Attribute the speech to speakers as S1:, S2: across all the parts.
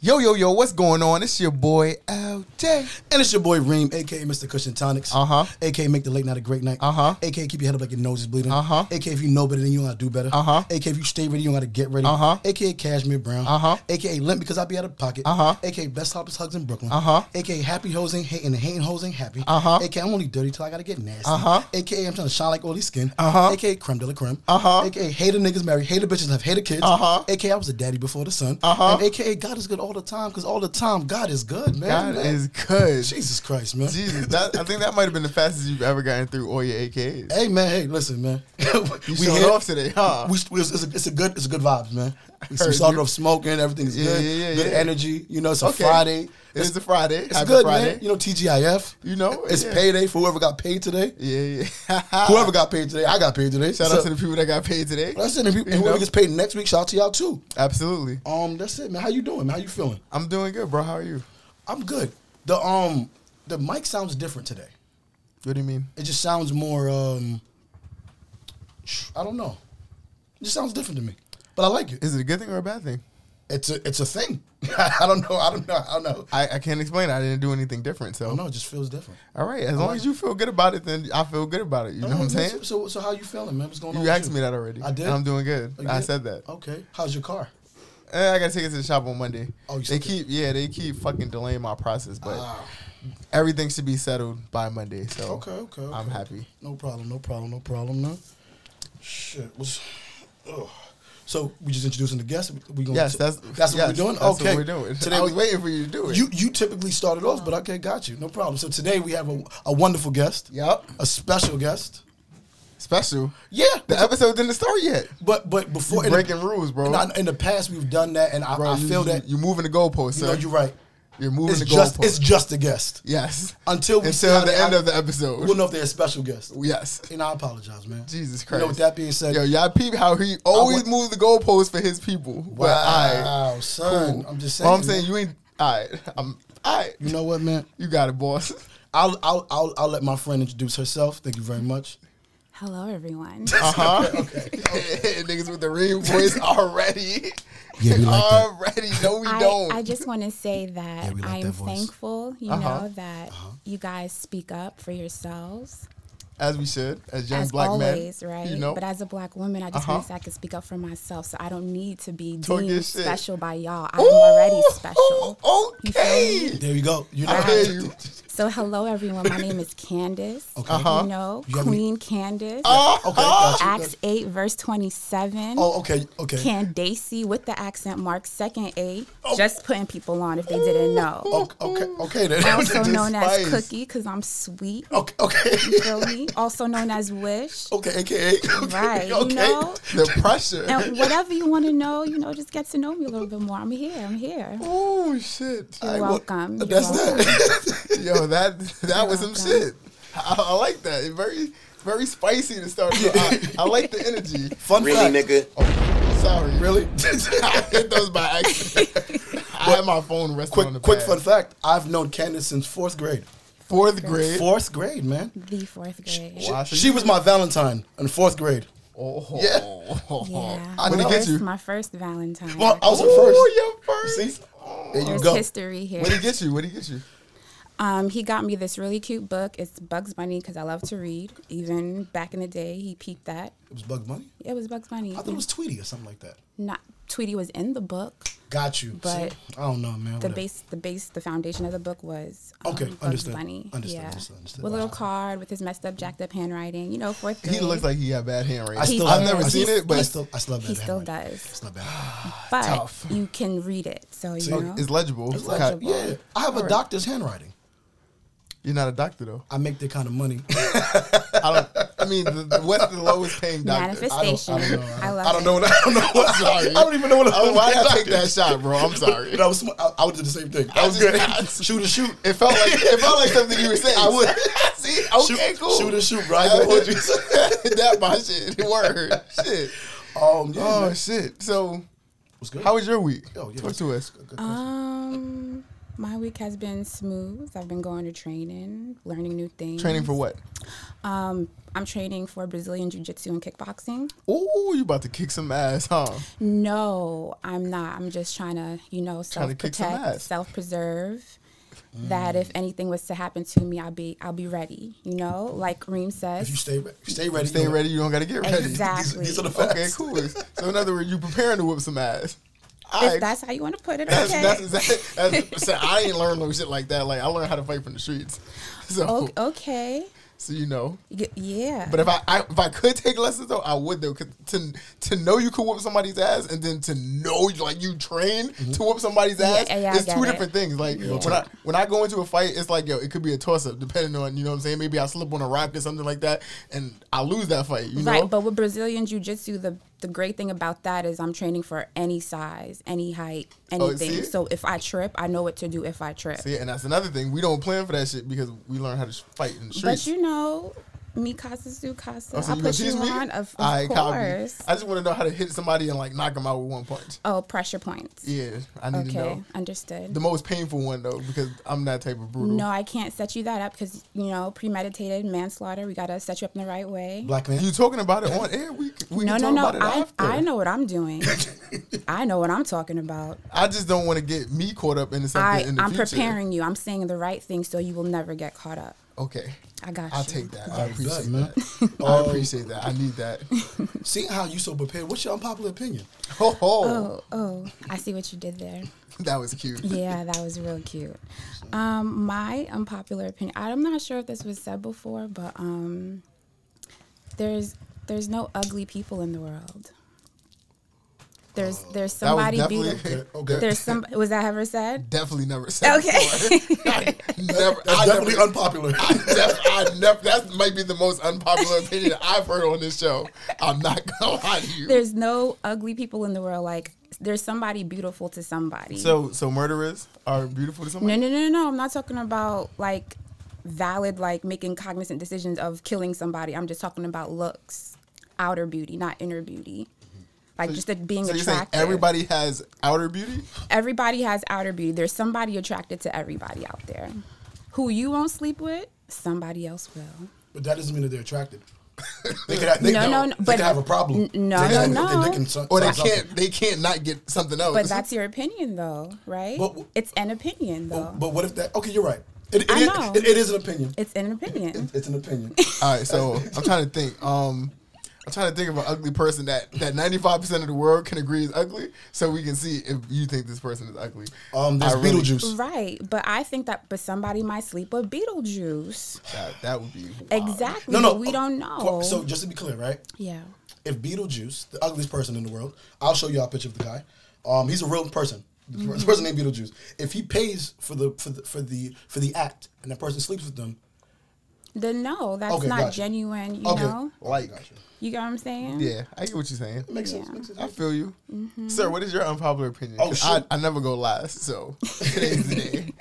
S1: Yo, yo, yo, what's going on? It's your boy LJ.
S2: And it's your boy Reem, aka Mr. Cushion Tonics.
S1: Uh-huh.
S2: AKA make the late night a great night.
S1: Uh-huh.
S2: AKA keep your head up like your nose is bleeding.
S1: Uh-huh.
S2: AKA if you know better then you don't gotta do better.
S1: Uh-huh.
S2: AKA if you stay ready, you don't gotta get ready.
S1: Uh-huh.
S2: AKA Cashmere Brown.
S1: Uh-huh.
S2: AKA Limp because I be out of pocket.
S1: Uh-huh.
S2: AKA Best Hoppers Hugs in Brooklyn.
S1: Uh-huh.
S2: AKA Happy Hoes ain't hating and hating hoes ain't happy.
S1: Uh-huh.
S2: AKA I'm only dirty till I gotta get nasty.
S1: Uh-huh.
S2: AKA I'm trying to shine like oily skin.
S1: Uh-huh.
S2: AKA creme de la creme.
S1: Uh-huh.
S2: AKA hater niggas marry, hater bitches have hater kids.
S1: Uh-huh.
S2: AKA I was a daddy before the son.
S1: Uh-huh.
S2: And AKA God is good all the time, because all the time God is good, man.
S1: God
S2: man.
S1: is good.
S2: Jesus Christ, man.
S1: Jesus, that, I think that might have been the fastest you've ever gotten through all your AKs.
S2: Hey man, hey, listen, man.
S1: You showed off today, huh?
S2: We, we, it's, a, it's a good, it's a good vibes, man. We
S1: Heard
S2: started
S1: you.
S2: off smoking, everything is
S1: Yeah,
S2: good,
S1: yeah, yeah,
S2: good
S1: yeah.
S2: energy. You know, it's a Friday.
S1: It's, a Friday.
S2: It's
S1: Happy
S2: good,
S1: Friday.
S2: man. You know, TGIF.
S1: You know,
S2: it's
S1: yeah.
S2: payday for whoever got paid today.
S1: Yeah, yeah.
S2: Whoever got paid today, I got paid today.
S1: Shout
S2: So,
S1: out to the people that got paid today.
S2: That's it. And people-
S1: You
S2: and whoever
S1: know?
S2: gets paid next week, shout out to y'all too.
S1: Absolutely.
S2: Um, that's it, man. How you doing? Man? How you feeling?
S1: I'm doing good, bro. How are you?
S2: I'm good. The um, the mic sounds different today.
S1: What do you mean?
S2: It just sounds more. um I don't know. It just sounds different to me, but I like it.
S1: Is it a good thing or a bad thing?
S2: It's a it's a thing. I don't know. I don't know. I don't know. I
S1: I, I can't explain. I didn't do anything different. So,
S2: don't know. It just feels different.
S1: all right. As long as you feel good about it, then I feel good about it. You know what I'm saying?
S2: So so how you feeling, man? What's going on?
S1: You
S2: with
S1: asked me that already.
S2: I did?
S1: And I'm doing good.
S2: Oh, you
S1: I
S2: did?
S1: said that.
S2: Okay. How's your car?
S1: Eh, I gotta take it to the shop on Monday.
S2: Oh, you
S1: they
S2: still-
S1: keep yeah, they keep fucking delaying my process, but
S2: Ah.
S1: everything should be settled by Monday. So
S2: Okay. Okay. okay.
S1: I'm happy.
S2: No problem. No problem. No problem. No. Shit. What's? Ugh. So we just introducing the guest. We going
S1: Yes, that's
S2: that's what
S1: yes,
S2: we're doing.
S1: That's
S2: okay.
S1: what we're doing.
S2: Today
S1: I was
S2: we-
S1: waiting for you to do it.
S2: You you typically started off, but okay, got you. No problem. So today we have a, a wonderful guest.
S1: Yep.
S2: A special guest.
S1: special.
S2: Yeah.
S1: The episode didn't start yet.
S2: But but before
S1: You
S2: in the-
S1: breaking rules, bro.
S2: Nah, in the past we've done that, and I,
S1: Bro,
S2: I
S1: you-
S2: feel
S1: you-
S2: that you,
S1: you're moving the goalpost,
S2: know
S1: sir.
S2: you're right.
S1: You're moving
S2: It's
S1: the
S2: just
S1: goalpost.
S2: it's just a guest.
S1: yes.
S2: Until we see
S1: until
S2: how
S1: the
S2: they
S1: end
S2: act-
S1: of the episode.
S2: We'll know if they're a special guest.
S1: yes.
S2: And I apologize, man.
S1: Jesus
S2: You
S1: Christ.
S2: know, with that being said,
S1: Yo, y'all peep how he always
S2: want-
S1: moves the goalpost for his people. Wow, but
S2: wow,
S1: I,
S2: son. I'm just saying.
S1: All I'm saying you ain't. All right, I'm. All right,
S2: You know what, man?
S1: you got it, boss.
S2: I'll I'll I'll, I'll let my friend introduce herself. Thank you very much.
S3: Hello, everyone.
S1: Uh huh. Niggas with the ring voice already.
S2: Yeah, we like that.
S1: already. No, we
S3: I,
S1: don't.
S3: I just want to say that
S2: Yeah, we like
S3: I'm
S2: that voice.
S3: thankful, you
S1: Uh-huh.
S3: know, that you guys speak up for yourselves
S1: as we should, as young
S3: as
S1: black
S3: always,
S1: men.
S3: right?
S1: You know.
S3: But as a black woman, I just
S1: Uh-huh.
S3: want to say I can speak up for myself, so I don't need to be
S1: Talk your
S3: deemed
S1: shit.
S3: special by y'all. I'm already
S1: Ooh,
S3: special.
S1: ooh,
S3: You feel
S1: okay.
S2: There you go. You know,
S1: I hear you.
S3: So, hello, everyone. My name is Candace.
S2: Okay. Uh-huh.
S3: You know,
S2: You have any-
S3: Queen Candace.
S1: Oh, uh-huh.
S2: Okay. uh, got you.
S3: Acts 8, verse 27.
S2: Oh, okay. Okay.
S3: Candace with the accent mark, second A,
S1: Oh.
S3: just putting people on if they didn't know.
S2: okay. Okay. Okay. Then.
S3: also
S1: Just
S3: known
S1: spice.
S3: as Cookie because I'm sweet.
S2: okay. Okay.
S3: You feel me? Also known as Wish.
S2: Okay. AKA. Okay.
S3: Right, you
S2: Okay.
S3: know?
S1: The pressure.
S3: And whatever you want to know, you know, just get to know me a little bit more. I'm here. I'm here.
S1: oh shit.
S3: You're
S2: I- well,
S3: welcome. You're
S2: that's
S3: welcome.
S2: that.
S1: Yo, that that was some
S3: welcome.
S1: shit. I, I like that. It very very spicy to start. with. I, I like the energy.
S2: Fun
S4: Really,
S2: fact.
S4: nigga?
S1: Sorry,
S2: Really?
S1: I hit those by accident. I had my phone resting on the
S2: quick. Quick.
S1: pad.
S2: Fun fact. I've known Candace since fourth grade.
S1: Fourth grade.
S2: Fourth grade, man.
S3: The fourth grade.
S1: Wow, so
S2: She
S1: you-
S2: was my Valentine in fourth grade.
S1: Oh,
S2: Yeah.
S3: Yeah.
S1: I'm
S3: My
S1: gonna get
S3: first-
S1: you.
S3: My first Valentine.
S2: Well, I was her first.
S1: Oh, your first.
S2: See?
S1: Oh.
S2: There you
S3: There's
S2: go.
S3: history here.
S1: What did he get you? What did he get you?
S3: Um, he got me this really cute book. It's Bugs Bunny because I love to read. Even back in the day, he peeped that.
S2: It was Bugs Bunny.
S3: It was Bugs Bunny.
S2: I thought it was Tweety or something like that.
S3: not Tweety was in the book.
S2: Got you. See?
S3: But
S2: I don't know, man.
S3: the
S2: Whatever.
S3: base, the base, the foundation of the book was um,
S2: Okay,
S3: Bugs
S2: understood,
S3: Bunny.
S2: understood,
S3: yeah,
S2: understood, understood.
S3: with a little
S2: Wow.
S3: card with his messed up, jacked up handwriting. You know, fourth grade.
S1: He looks like he had bad handwriting.
S2: I still
S3: I've
S2: have-
S3: never
S2: I
S3: seen
S2: still-
S3: it,
S1: but-
S2: I still, I still have
S3: he
S2: that
S3: still
S2: handwriting.
S3: does,
S2: It's not bad.
S3: but
S1: tough.
S3: you can read it. So you know,
S1: It's legible.
S3: It's legible.
S2: Yeah, I have a doctor's handwriting.
S1: You're not a doctor though.
S2: I make that kind of money.
S1: I don't. I mean, the, the, what's the lowest paying doctor?
S3: manifestation. I, love.
S2: I don't
S3: it.
S2: know. What, I don't know. What,
S1: I'm sorry.
S2: I don't even know what. I
S1: Oh,
S2: was
S1: why did I take that shot, bro? I'm sorry.
S2: But I was. sm- I, I would do the same thing. I was
S1: just-
S2: good. shoot and shoot.
S1: It felt like it felt like something you were saying.
S2: I would.
S1: See, okay,
S2: shoot,
S1: cool.
S2: Shoot and shoot. Right.
S1: That-
S2: What you
S1: that my shit. It worked. Shit.
S2: Um. Yeah,
S1: Oh
S2: man.
S1: shit. So,
S2: What's good?
S1: how was your week?
S2: Oh, yeah,
S1: Talk to us.
S3: Um, My week has been smooth. I've been going to training, learning new things.
S1: Training for what?
S3: Um, I'm training for Brazilian Jiu Jitsu and kickboxing.
S1: Ooh, you about to kick some ass, huh?
S3: No, I'm not. I'm just trying to, you know,
S1: Trying to
S3: self
S1: kick some
S3: protect,
S1: ass.
S3: self preserve. That if anything was to happen to me, I'll be I'll be ready. You know, like
S2: If you
S3: Reem says.
S2: stay, re- if you stay ready.
S1: Stay
S2: you know-
S1: ready. You don't got to get ready.
S3: Exactly.
S2: These, these are the facts.
S1: Okay, cool. So in other words, you preparing to whip some ass.
S3: If
S1: I,
S3: that's how you want to put it,
S1: that's,
S3: okay.
S1: that's exactly. That's, so I ain't learned no shit like that. Like I learned how to fight from the streets. So,
S3: O- okay.
S1: so you know.
S3: Y- yeah.
S1: But if I, I if I could take lessons though, I would though. 'cause to to know you could whoop somebody's ass and then to know like you train to whoop somebody's ass,
S3: yeah, yeah, I
S1: it's
S3: get
S1: two
S3: it.
S1: different things. Like
S3: Yeah.
S1: when I when I go into a fight, it's like yo, it could be a toss up depending on you know what I'm saying. Maybe I slip on a rock or something like that, and I lose that fight. You know,
S3: Right, but with Brazilian Jiu Jitsu, the, the great thing about that is I'm training for any size, any height,
S1: Oh,
S3: anything.
S1: see?
S3: so if I trip, I know what to do if I trip.
S1: See, and that's another thing. We don't plan for that shit because we learn how to sh- fight in the streets.
S3: But you know, me casa su casa.
S1: Oh, so
S3: I'll
S1: you gonna
S3: put you
S1: teach me?
S3: on, of, of
S1: Alright, copy.
S3: course.
S1: I just want to know how to hit somebody and like knock them out with one punch.
S3: Oh, pressure points.
S1: Yeah, I need to
S3: okay,
S1: know.
S3: understood.
S1: The most painful one though, because I'm that type of brutal.
S3: no, I can't set you that up because you know premeditated manslaughter. We gotta set you up in the right way.
S2: Black man.
S1: You talking about it on air? We we
S3: no,
S1: can talk
S3: no, no.
S1: about it
S3: I
S1: after.
S3: I know what I'm doing. I know what I'm talking about.
S1: I just don't want to get me caught up into something
S3: I
S1: in the
S3: I'm
S1: future.
S3: preparing you. I'm saying the right thing so you will never get caught up.
S1: Okay,
S3: I got
S1: I'll
S3: you.
S1: take that. Oh. I
S2: I bet,
S1: appreciate
S2: man.
S1: that. I appreciate that. I need that.
S2: Seeing how you so prepared, what's your unpopular opinion?
S1: Ho ho!
S3: Oh, oh, I see what you did there.
S1: That was cute.
S3: Yeah, that was real cute. Um, my unpopular opinion. I'm not sure if this was said before, but um, there's there's no ugly people in the world. There's there's
S1: Oh, That was
S3: somebody
S1: definitely
S3: beautiful.
S2: Okay.
S3: There's some. Was that ever said?
S1: definitely never said.
S3: Okay.
S1: before. I never.
S2: That's
S1: I
S2: definitely
S1: never,
S2: unpopular.
S1: I def- I never. That might be the most unpopular opinion I've heard on this show. I'm not gonna lie to you.
S3: There's no ugly people in the world. Like there's somebody beautiful to somebody.
S1: so, so murderers are beautiful to
S3: no,
S1: somebody.
S3: no, no, no, no. I'm not talking about like valid, like making cognizant decisions of killing somebody. I'm just talking about looks, outer beauty, not inner beauty.
S2: Mm-hmm.
S3: Like just that being
S1: so you're saying
S3: attractive.
S1: everybody has outer beauty?
S3: Everybody has outer beauty. There's somebody attracted to everybody out there. Who you won't sleep with, somebody else will.
S2: But that doesn't mean that they're attracted. They could have, they,
S3: No, no, no,
S2: they
S3: but-
S2: could have a problem.
S3: N- no,
S2: they
S3: no,
S2: they-
S3: no.
S2: they can so-
S1: Or they
S2: sign something.
S1: can't. They can't not get something else.
S3: But that's your opinion, though, right?
S2: But w-
S3: it's an opinion, though.
S2: But what if that? Okay, you're right. It, it,
S3: I
S2: it-
S3: know.
S2: it- it is an opinion.
S3: it's an opinion.
S2: It's an opinion.
S1: All right, so I'm trying to think. Um, I'm trying to think of an ugly person that that 95 percent of the world can agree is ugly, so we can see if you think this person is ugly.
S2: Um, there's
S1: I really-
S2: Beetlejuice.
S3: right. But I think that, but somebody might sleep with Beetlejuice.
S1: That, that would be
S3: Exactly.
S2: Ah, No, no,
S3: We don't know.
S2: So just to be clear, right?
S3: yeah.
S2: If Beetlejuice, the ugliest person in the world, I'll show you all a picture of the guy. Um, he's a real person. The
S3: Mm-hmm.
S2: per- the person named Beetlejuice. If he pays for the for the for the for the act, and that person sleeps with them,
S3: Then no, that's
S2: Okay,
S3: not
S2: gotcha.
S3: genuine. You
S2: okay,
S3: know.
S1: like,
S2: Gotcha.
S3: You get what I'm saying?
S1: yeah, I get what you're saying.
S2: makes
S3: Yeah.
S2: sense. Makes sense.
S1: I feel you,
S3: Mm-hmm.
S1: sir. What is your unpopular opinion?
S2: Oh,
S1: 'Cause
S2: shoot.
S1: I, I never go last, so today's the day.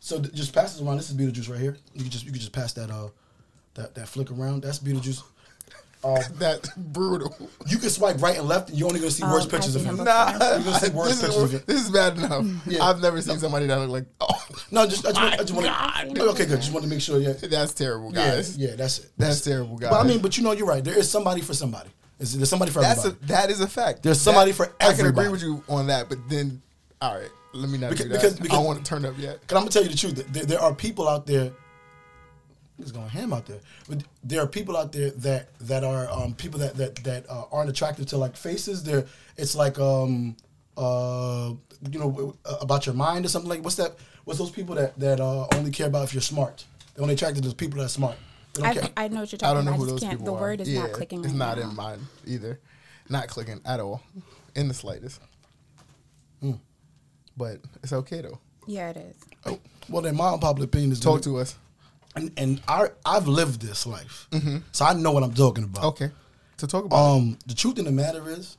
S2: So th- just pass this around. This is Beetlejuice right here. You can just you can just pass that uh that that flick around. That's Beetlejuice. Uh,
S1: That's brutal.
S2: you can swipe right and left, and you're only gonna see
S3: Oh,
S2: worse
S3: I
S2: pictures of
S3: see
S2: him.
S3: him.
S1: Nah,
S2: You're gonna see
S1: this,
S2: worse pictures of
S1: is,
S2: it.
S1: this is bad enough.
S2: Yeah.
S1: I've never seen somebody that look like oh,
S2: No, just I just, want, I just
S3: My
S2: want
S3: God.
S2: to. Okay, good. Just want to make sure. Yeah,
S1: that's terrible,
S2: yeah,
S1: guys.
S2: yeah. That's it.
S1: That's terrible, guys.
S2: But I mean, but you know, you're right. There is somebody for somebody. Is there's somebody for
S1: That's a,
S2: everybody?
S1: that is a fact.
S2: There's somebody
S1: That-
S2: for
S1: I can agree
S2: everybody.
S1: with you on that, but then, all right, let me not
S2: Because-
S1: do that.
S2: because-
S1: I
S2: because-
S1: don't want to turn up yet.
S2: Cause I'm gonna tell you the truth. There, there are people out there. It's going ham out there, but there are people out there that that are um, people that that that uh, aren't attractive to like faces. There, it's like um uh you know uh, about your mind or something like what's that? What's those people that that uh, only care about if you're smart? They only attracted to people that are smart. They don't
S3: I,
S2: care.
S3: I know what you're talking
S1: I don't know
S3: about.
S1: who
S3: I just
S1: those
S3: can't.
S1: people
S3: The
S1: are.
S3: word is
S1: yeah,
S3: not clicking.
S1: It's
S3: right
S1: not
S3: now.
S1: in mine either. Not clicking at all, in the slightest. Mm. But it's okay though.
S3: Yeah, it is.
S2: Oh, well, then my unpopular opinion is
S1: Talk to us.
S2: and, and I I've lived this life, so I know what I'm talking about.
S1: Mm-hmm. Okay. So talk about
S2: Um, the truth in the matter is,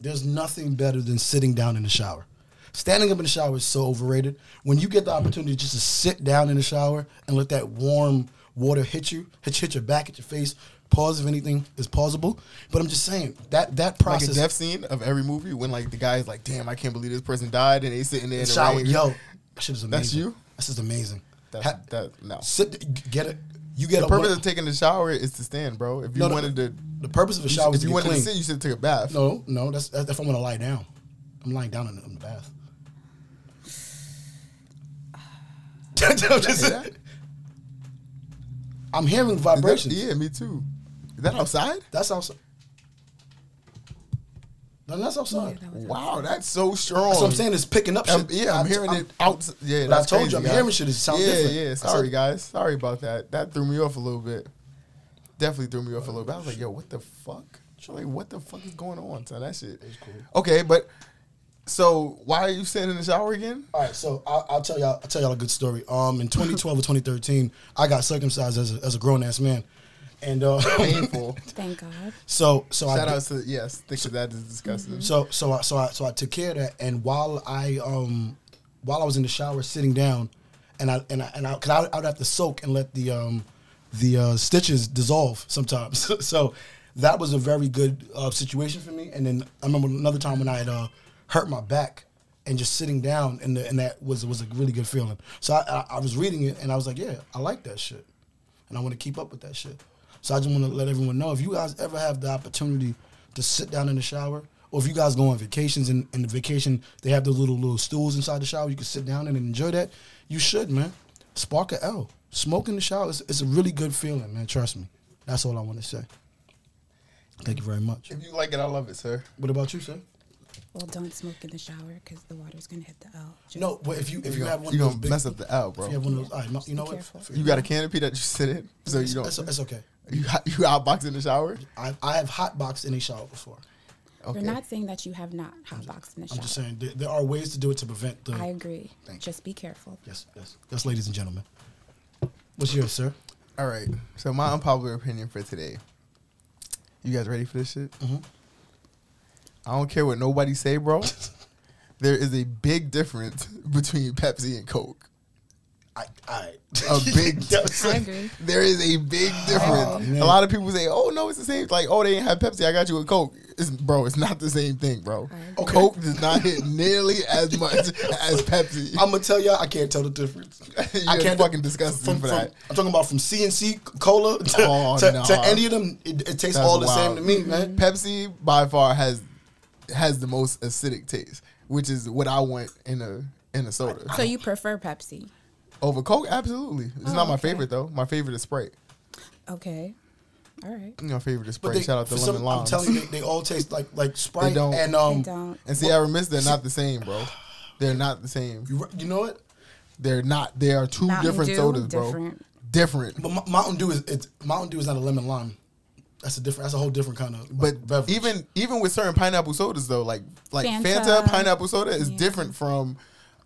S2: there's nothing better than sitting down in the shower. Standing up in the shower is so overrated. When you get the opportunity just to sit down in the shower and let that warm water hit you, hit, hit your back, hit your face. Pause if anything is pausable. But I'm just saying that that
S1: like a
S2: process.
S1: death scene of every movie when like the guy's like, "Damn, I can't believe this person died," and they sitting there in the
S2: shower,
S1: rain.
S2: yo. That shit is amazing.
S1: That's you?
S2: This is amazing.
S1: That's,
S2: Ha-
S1: that no.
S2: sit, get it. You get
S1: The
S2: a
S1: purpose
S2: one-
S1: of taking the shower is to stand, bro. If you
S2: No, no,
S1: wanted to,
S2: the purpose of a shower is
S1: if
S2: to
S1: you
S2: get
S1: wanted
S2: clean.
S1: to sit, you should take a bath.
S2: No, no, that's that's if I'm gonna lie down. I'm lying down in the, in the bath. I'm, just-
S1: that?
S2: I'm hearing
S1: Is that-
S2: vibrations.
S1: yeah, me too. Is that outside?
S2: That's outside. No, that's outside.
S3: Yeah, that was
S1: Wow, that's so strong.
S2: That's what I'm saying. It's picking up shit.
S1: I'm- yeah, I'm
S2: I-
S1: hearing
S2: I'm-
S1: it out. Yeah,
S2: But
S1: that's
S2: I told you,
S1: crazy,
S2: I'm
S1: guys.
S2: hearing shit. It sounds
S1: yeah,
S2: different.
S1: Yeah,
S2: I said-
S1: Sorry, guys. Sorry about that. That threw me off a little bit. Definitely threw me off a little bit. I was like, yo, what the fuck? So, Like, what the fuck is going on? So that shit.
S2: cool.
S1: Okay, but so why are you sitting in the shower again?
S2: All right, so I'll, I'll tell y'all. I'll tell y'all a good story. Um, in 2012 or 2013, I got circumcised as a, as a grown ass man, and uh,
S1: Painful.
S3: Thank God.
S2: so so I
S1: Shout
S2: did-
S1: out to yes, think of that is disgusting.
S2: So so I, so I so I took care of that, and while I um while I was in the shower sitting down, and I and I and I, cause I, I would have to soak and let the um the uh, stitches dissolve sometimes. so that was a very good uh, situation for me. And then I remember another time when I had uh, hurt my back and just sitting down, and the, and that was was a really good feeling. So I, I I was reading it, and I was like, yeah, I like that shit, and I want to keep up with that shit. So I just want to let everyone know if you guys ever have the opportunity to sit down in the shower, or if you guys go on vacations and in the vacation they have those little little stools inside the shower, you can sit down and enjoy that. You should, man. Spark a L. Smoke in the shower is it's a really good feeling, man. Trust me. That's all I want to say. Thank you very much.
S1: If you like it, I love it, sir.
S2: What about you, sir?
S3: Well, don't smoke in the shower because the water's gonna hit the L. Just-
S2: No, but if you if
S1: You
S2: you, have
S1: gonna,
S2: one
S1: you
S2: of those
S1: gonna
S2: big,
S1: mess up the L, bro.
S2: if you have one of those, all right, no, you know
S3: Be
S2: what?
S3: careful.
S1: You got a canopy that you sit in, so you don't.
S2: It's, it's okay.
S1: You hot- you outbox in the shower.
S2: I I have hot boxed in a shower before.
S1: Okay.
S3: We're not saying that you have not hot boxed in the
S2: I'm just
S3: shower.
S2: saying there, there are ways to do it to prevent the.
S3: I agree.
S2: Thank you.
S3: Just be careful.
S2: Yes, yes, yes, ladies and gentlemen. What's yours, sir?
S1: All right. So my unpopular opinion for today. You guys ready for this shit? Mm-hmm. I don't care what nobody say, bro. there is a big difference between Pepsi and Coke.
S2: I, I,
S1: A big
S2: Yes.
S3: I agree.
S1: There is a big difference.
S2: man.
S1: a lot of people say, "Oh no, it's the same." Like, "Oh, they ain't have Pepsi. I got you a Coke." It's, bro, it's not the same thing, bro.
S2: agree.
S1: Coke does not hit nearly as much as Pepsi.
S2: I'm gonna tell y'all, I can't tell the difference. I
S1: You're
S2: can't
S1: fucking disgusting
S2: from,
S1: for
S2: from-
S1: that.
S2: I'm talking about from CNC cola to,
S1: Oh,
S2: to, to
S1: nah.
S2: any of them. It, it tastes
S1: That's
S2: all the
S1: wild.
S2: same to me,
S3: Mm-hmm.
S2: man.
S1: Pepsi by far has has the most acidic taste, which is what I want in a in a soda.
S3: So you Oh, prefer Pepsi?
S1: Over Coke, absolutely. It's not my favorite though. My favorite is Sprite.
S3: Okay. All right.
S1: My favorite is
S2: But
S1: Sprite.
S2: they,
S1: Shout out to
S2: for
S1: Lemon
S2: some-
S1: Lime.
S2: I'm telling you, they, they all taste like like Sprite
S1: don't.
S2: and um.
S3: I don't.
S1: and Sierra Mist, they're not the same, bro. They're not the same.
S2: You, you know what?
S1: They're not. They are two
S3: Mountain
S1: different
S3: Dew,
S1: sodas, bro.
S3: different.
S1: Different.
S2: But Mo- Mountain Dew is it's, Mountain Dew is not a lemon lime. That's a different. That's a whole different kind of.
S1: But
S2: beverage.
S1: even even with certain pineapple sodas though, like like Fanta,
S3: Fanta.
S1: pineapple soda is different from.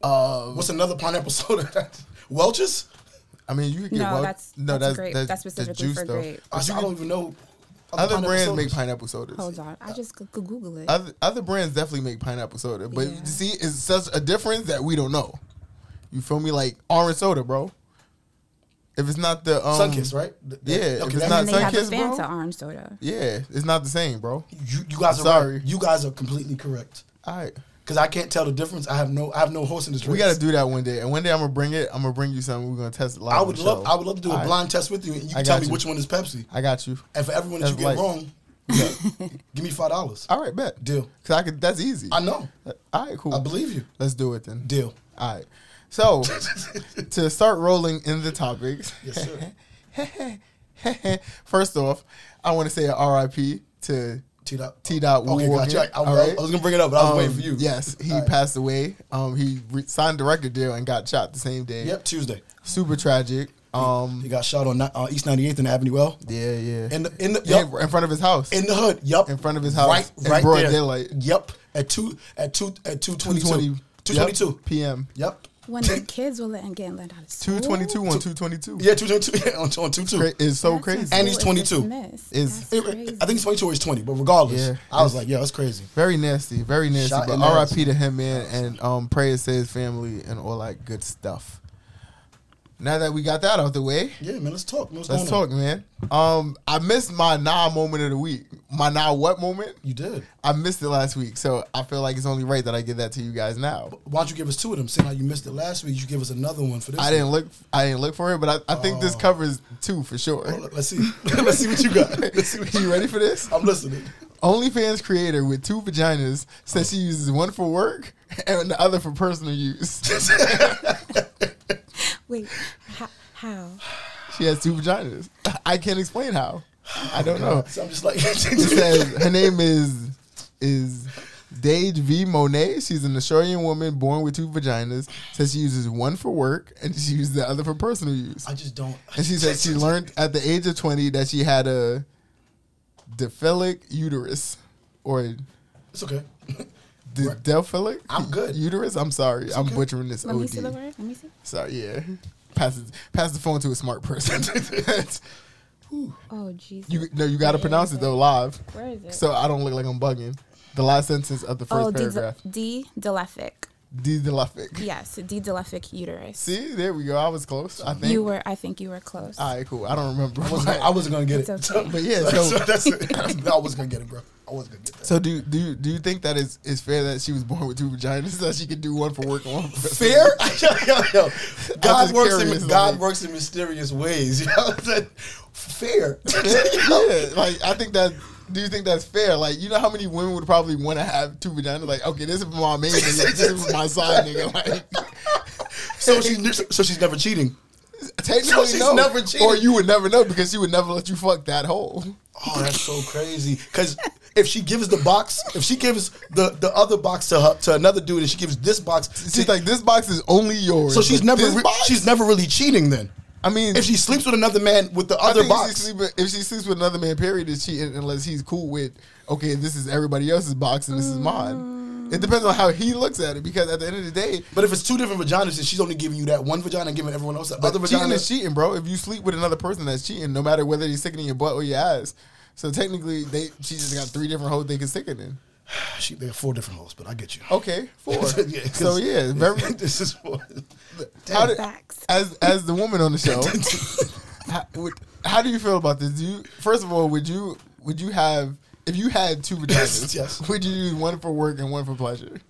S1: Uh,
S2: what's another pineapple soda? Welch's.
S1: I mean, you could get
S3: No,
S1: well,
S3: that's- that's grape. That's specifically for grape.
S2: I, I don't even know.
S1: Other
S2: pineapple
S1: brands
S2: sodas.
S1: make pineapple sodas.
S3: Hold on. I just could Google it.
S1: Other, other brands definitely make pineapple soda, but
S3: Yeah.
S1: see, it's such a difference that we don't know. You feel me? Like orange soda, bro. If it's not the um,
S2: Sunkiss, right? Th-
S1: yeah,
S2: that-
S1: if
S2: okay,
S1: it's
S2: that's-
S1: not
S3: and they have the
S1: Sunkist, bro?
S3: Fanta orange soda.
S1: Yeah, it's not the same, bro.
S2: you, you guys are
S1: Sorry.
S2: right. You guys are completely correct.
S1: All right,
S2: Because I can't tell the difference. I have no. I have no horse in this race.
S1: we got to do that one day, and one day I'm gonna bring it. I'm gonna bring you something. We're gonna test it live.
S2: I
S1: on
S2: would
S1: the
S2: love.
S1: show.
S2: I would love to do a
S1: All right,
S2: blind test with you, and you
S1: I
S2: can tell
S1: got
S2: me
S1: you.
S2: which one is Pepsi.
S1: I got you.
S2: And for everyone that you
S1: That's
S2: get
S1: like-
S2: wrong, give me five dollars.
S1: All right, bet
S2: Deal.
S1: Cause I could. That's easy.
S2: I know.
S1: All right, cool.
S2: I believe you.
S1: Let's do it then.
S2: Deal.
S1: All right. So to start rolling in the topics.
S2: Yes, sir.
S1: First off, I want to say a RIP to
S2: T dot.
S1: T. Dot
S2: Okay,
S1: Walker.
S2: gotcha. I, I-
S1: All right.
S2: I was gonna bring it up, Oh, but I was
S1: um,
S2: waiting for you.
S1: Yes, he
S2: All right.
S1: passed away. Um, he re- signed a record deal and got shot the same day.
S2: Yep. Tuesday.
S1: Super tragic. Um,
S2: He got shot on ni- uh, East 98th and Avenue L.
S1: yeah, yeah.
S2: In the in the
S1: Yeah,
S2: yup,
S1: in front of his house.
S2: in the hood. Yup.
S1: in front of his house
S2: Right.
S1: in
S2: Right
S1: broad
S2: there.
S1: daylight.
S2: Yep. At two. At two. At two twenty two.
S1: 2:20,
S2: Two
S1: yep,
S2: twenty two.
S1: p.m.
S2: Yep.
S3: When the kids were letting getting let out of school.
S1: Two twenty-two on two twenty-two.
S2: Yeah, two twenty two. on, on two two.
S1: it's so
S3: That's when
S1: crazy.
S3: school
S2: And he's
S3: is
S2: 22.
S3: dismissed.
S1: Is-
S3: That's
S2: It-
S3: crazy.
S2: I think it's 22 or it's 20, but regardless,
S1: Yeah.
S2: I was like, yeah, that's crazy.
S1: Very nasty, very nasty.
S2: Shot
S1: but
S2: in the
S1: R.I.P. to him, man, and um, prayers to his family and all that good stuff. Now that we got that out the way,
S2: Yeah, man. Let's talk. man. What's
S1: let's
S2: going on?
S1: talk, man. Um, I missed my nah moment of the week. My nah what moment?
S2: You did.
S1: I missed it last week, so I feel like it's only right that I give that to you guys now.
S2: Why don't you give us two of them? Seeing how you missed it last week, you give us another one for this.
S1: I
S2: week.
S1: didn't look. I didn't look for it, but I, I think this covers two for sure.
S2: Well, Let's see. Let's see what you got. Let's see what
S1: you ready for this?
S2: I'm listening.
S1: OnlyFans creator with two vaginas says she uses one for work and the other for personal use.
S3: Wait, how? how?
S1: she has two vaginas. I can't explain how. I don't know.
S2: So I'm just like,
S1: It says her name is is Dage V Monet. She's an Australian woman born with two vaginas. Says she uses one for work and she uses the other for personal use.
S2: I just don't.
S1: And she said she learned at the age of 20 that she had a dephilic uterus or
S2: It's okay.
S1: de-
S2: Right.
S1: delphilic
S2: I'm good.
S1: uterus. I'm sorry. I'm butchering this
S3: Let me
S1: OD.
S3: see the word. Let me see.
S1: Sorry, yeah. Pass, it, pass the phone to a smart person.
S3: Oh Jesus.
S1: you no, you got to pronounce it though live,
S3: Where is it?
S1: so I don't look like I'm bugging. The last sentence of the first
S3: oh,
S1: paragraph.
S3: D. Delefic.
S1: D- delphic.
S3: Yes, D. Delefic uterus.
S1: See, there we go. I was close. I think.
S3: You were. I think you were close.
S1: All right, cool. I don't remember.
S2: I wasn't, I wasn't gonna get it.
S3: It's okay.
S1: but yeah,
S2: So,
S1: so
S2: that's it. I was gonna get it, bro. I was gonna get that.
S1: So do do do you think that is is fair that she was born with two vaginas so she could do one for work and one for
S2: Fair? yo, yo, yo. God
S1: just
S2: works
S1: curious,
S2: in God
S1: like-
S2: works in mysterious ways. You know what I'm saying? Fair.
S1: yeah, like I think that. Do you think that's fair? Like you know how many women would probably want to have two vaginas? Like okay, this is for my main nigga, this is for my side nigga. Like
S2: so she's so she's never cheating.
S1: technically
S2: she's
S1: no,
S2: never cheated.
S1: or you would never know because she would never let you fuck that hole.
S2: Oh, that's so crazy. Because if she gives the box, if she gives the the other box to her to another dude, and she gives this box,
S1: She's like, this box is only yours.
S2: so she's
S1: but
S2: never
S1: this
S2: re-
S1: box-
S2: she's never really cheating then.
S1: I mean,
S2: If she sleeps with another man with the
S1: I
S2: other
S1: think if she
S2: box,
S1: sleep- if she sleeps with another man, period, is cheating unless he's cool with okay, this is everybody else's box and this is mine. It depends on how he looks at it because at the end of the day,
S2: but if it's two different vaginas and she's only giving you that one vagina and giving everyone else the other
S1: cheating
S2: vagina,
S1: is cheating, bro. If you sleep with another person, that's cheating, no matter whether they stick it in your butt or your ass. So technically, they she just got three different holes they can stick it in.
S2: Ah, she, they got four different holes. But I get you.
S1: Okay, four.
S2: Yeah, 'cause-
S1: so yeah, very.
S2: this is four.
S1: How did,
S3: Facts.
S1: as as the woman on the show, how, would, how do you feel about this? Do you first of all would you would you have if you had two vaginas?
S2: Yes.
S1: Would you use one for work and one for pleasure?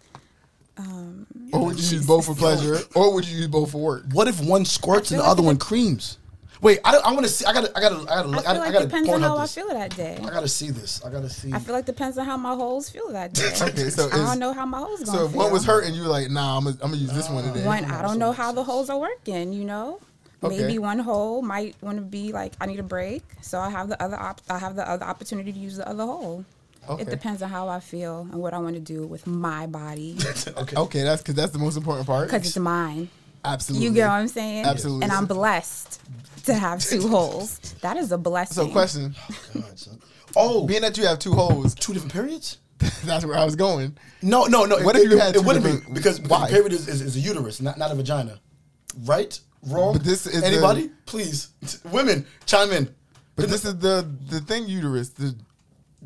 S3: Um,
S1: or would you use both for pleasure? Or would you use both for work?
S2: What if one squirts and the
S3: like
S2: other
S3: it
S2: one creams? Wait, I, don't- I want to see. I gotta, I gotta, I gotta,
S3: I
S2: look- I,
S3: feel like
S2: I gotta
S3: depends on
S2: point out
S3: how I
S2: this.
S3: feel that day.
S2: I gotta see this. I gotta see.
S3: I feel like depends on how my holes feel that day.
S1: Okay, so
S3: I
S1: is-
S3: don't know how my holes going.
S1: So if one was hurt and you were like, nah, I'm gonna I'm gonna use this one today.
S3: One, I don't know how the holes are working. You know,
S1: Okay.
S3: maybe one hole might want to be like I need a break, so I have the other op- I have the other opportunity to use the other hole.
S1: Okay.
S3: It depends on how I feel and what I want to do with my body
S2: okay.
S1: Okay, that's because that's the most important part.
S3: because it's mine.
S1: Absolutely.
S3: You get what I'm saying?
S1: Absolutely.
S3: And I'm blessed to have two holes. That is a blessing.
S1: So question:
S2: God, son. Oh,
S1: Being that you have two holes,
S2: two different periods?
S1: that's where I was going.
S2: No, no, no.
S1: What
S2: it,
S1: if you
S2: it-
S1: had
S2: it
S1: two
S2: wouldn't be
S1: different-
S2: because, because
S1: why?
S2: the period is, is, is a uterus, not not a vagina, right? Wrong.
S1: But this is the-
S2: anybody? Please, women, chime in.
S1: But this is the the thing uterus, the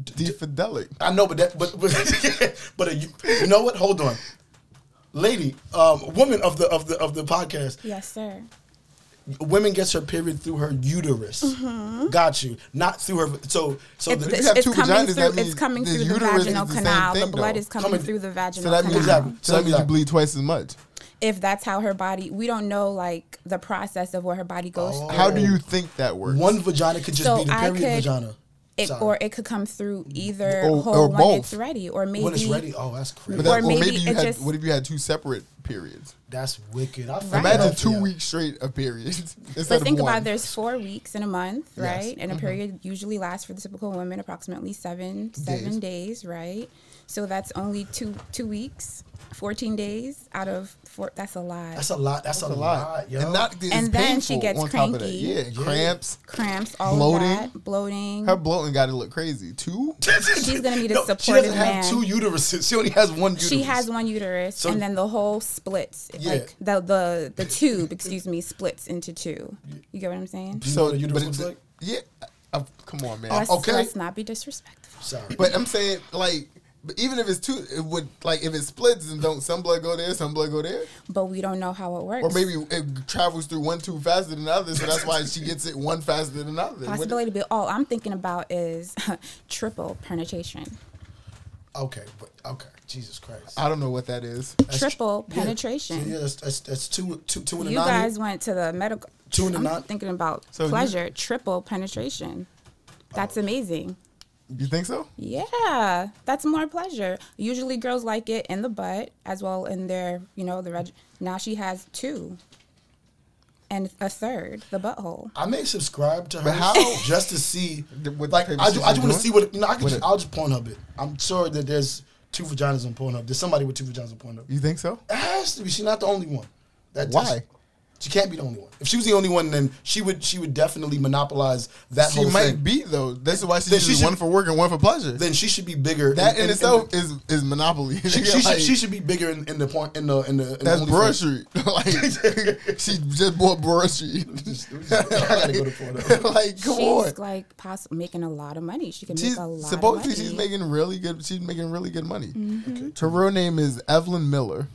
S1: defidelic.
S2: I know, but that, but but, but a, you know what? Hold on, lady, um, woman of the of the of the podcast.
S3: Yes, sir.
S2: Women gets her period through her uterus.
S3: Mm-hmm.
S2: Got you. Not through her. So so
S3: It's,
S2: the,
S1: you have
S3: it's
S1: two
S3: coming
S1: vaginas,
S3: through.
S1: that means
S3: it's coming
S1: the
S3: through the
S1: uterus is
S3: vaginal
S1: the same
S3: canal.
S1: thing,
S3: the blood
S1: though.
S3: is coming
S2: Coming-
S3: through
S1: So
S3: the
S1: that
S3: vaginal canal.
S1: means
S2: Exactly.
S1: so that means you
S2: Exactly.
S1: bleed twice as much.
S3: If that's how her body, we don't know like the process of what her body goes through.
S1: How do you think that works?
S2: Oh. one vagina could just
S3: So
S2: be the
S3: I
S2: period
S3: could-
S2: vagina.
S3: It,
S2: Sorry.
S3: or it could come through either
S1: Or-
S3: hole
S1: or
S3: when
S1: both.
S3: it's ready, or maybe
S2: when it's ready. Oh, that's crazy.
S1: But that,
S3: Or
S1: or, maybe,
S3: maybe
S1: you
S3: it
S1: had.
S3: just-
S1: What if you had two separate periods?
S2: That's wicked. I feel
S3: Right.
S1: Imagine
S2: bad for
S1: two
S2: y'all.
S1: weeks straight of periods instead
S3: But think
S1: of one. Mm-hmm.
S3: about it, there's four weeks in a month, right? And a period usually lasts for the typical woman approximately seven seven days, right? So that's only two two weeks, fourteen days out of four. That's a lot.
S2: That's a lot. That's,
S1: That's a
S2: a, lot.
S1: lot.
S2: yo.
S1: and not it's
S3: And then she
S1: painful
S3: gets
S1: on top of that.
S3: cranky.
S1: Yeah, cramps.
S3: Cramps, all
S1: Bloating.
S3: of that, bloating.
S1: Her bloating got to look crazy. Two.
S3: She's gonna need a
S2: She
S3: supportive
S2: doesn't have
S3: man.
S2: two uteruses. She only has one uterus.
S3: she has one uterus,
S2: So-
S3: and then the whole splits.
S2: Yeah.
S3: Like the the the tube, excuse me, splits into two. You get what I'm saying?
S2: You know what a uterus looks like?
S1: yeah, uh, come on, man.
S3: Let's,
S2: okay.
S3: let's not be disrespectful.
S2: Sorry.
S1: But I'm saying like But even if it's two, it would like if it splits and don't some blood go there, some blood go there,
S3: but we don't know how it works.
S1: or maybe it travels through one tube faster than the other, so that's why she gets it one faster than another.
S3: possibility. But all I'm thinking about is triple penetration.
S2: Okay, but okay, Jesus Christ.
S1: I don't know what that is.
S3: triple
S2: Yeah.
S3: penetration.
S2: Yeah, that's, that's, that's two, two, two and a
S3: You
S2: nine.
S3: guys went to the medical.
S2: Two and a
S3: I'm
S2: nine-
S3: thinking about
S1: So you-
S3: pleasure. triple penetration. That's
S2: Oh.
S3: amazing.
S1: You think so?
S3: Yeah, that's more pleasure. Usually, girls like it in the butt as well in their, you know, the reg. Now she has two, and a third, the butthole.
S2: I may subscribe to her
S1: But how-
S2: just to see.
S1: The- what
S2: like
S1: the
S2: I
S1: papers
S2: do, I do
S1: she's
S2: want to
S1: doing?
S2: see what you know. I could
S1: What
S2: just,
S1: it-
S2: I'll just Pornhub it. I'm sure that there's two vaginas on Pornhub. There's somebody with two vaginas on Pornhub.
S1: You think so?
S2: It has to be. She's not the only one. That
S1: Why?
S2: just- she can't be the only one. If she was the only one, then she would she would definitely monopolize that
S1: She
S2: whole
S1: might
S2: thing.
S1: be though. This is why she
S2: Then
S1: uses
S2: she should-
S1: one for work and one for pleasure.
S2: Then she should be bigger.
S1: that in
S2: and- and-
S1: itself
S2: and-
S1: is is monopoly.
S2: she, she,
S1: Like,
S2: should, she should be bigger in, in the point in the in the. In the
S1: that's
S2: OnlyFans.
S1: Broad Street. like she just bought Broad Street.
S2: I gotta go to Pornhub.
S1: like come on.
S3: she's like poss- making a lot of money. She can
S1: She's
S3: make a lot.
S1: supposedly
S3: of money. Mm-hmm.
S1: she's making really good. She's making really good money. Her real name is Evelyn Miller.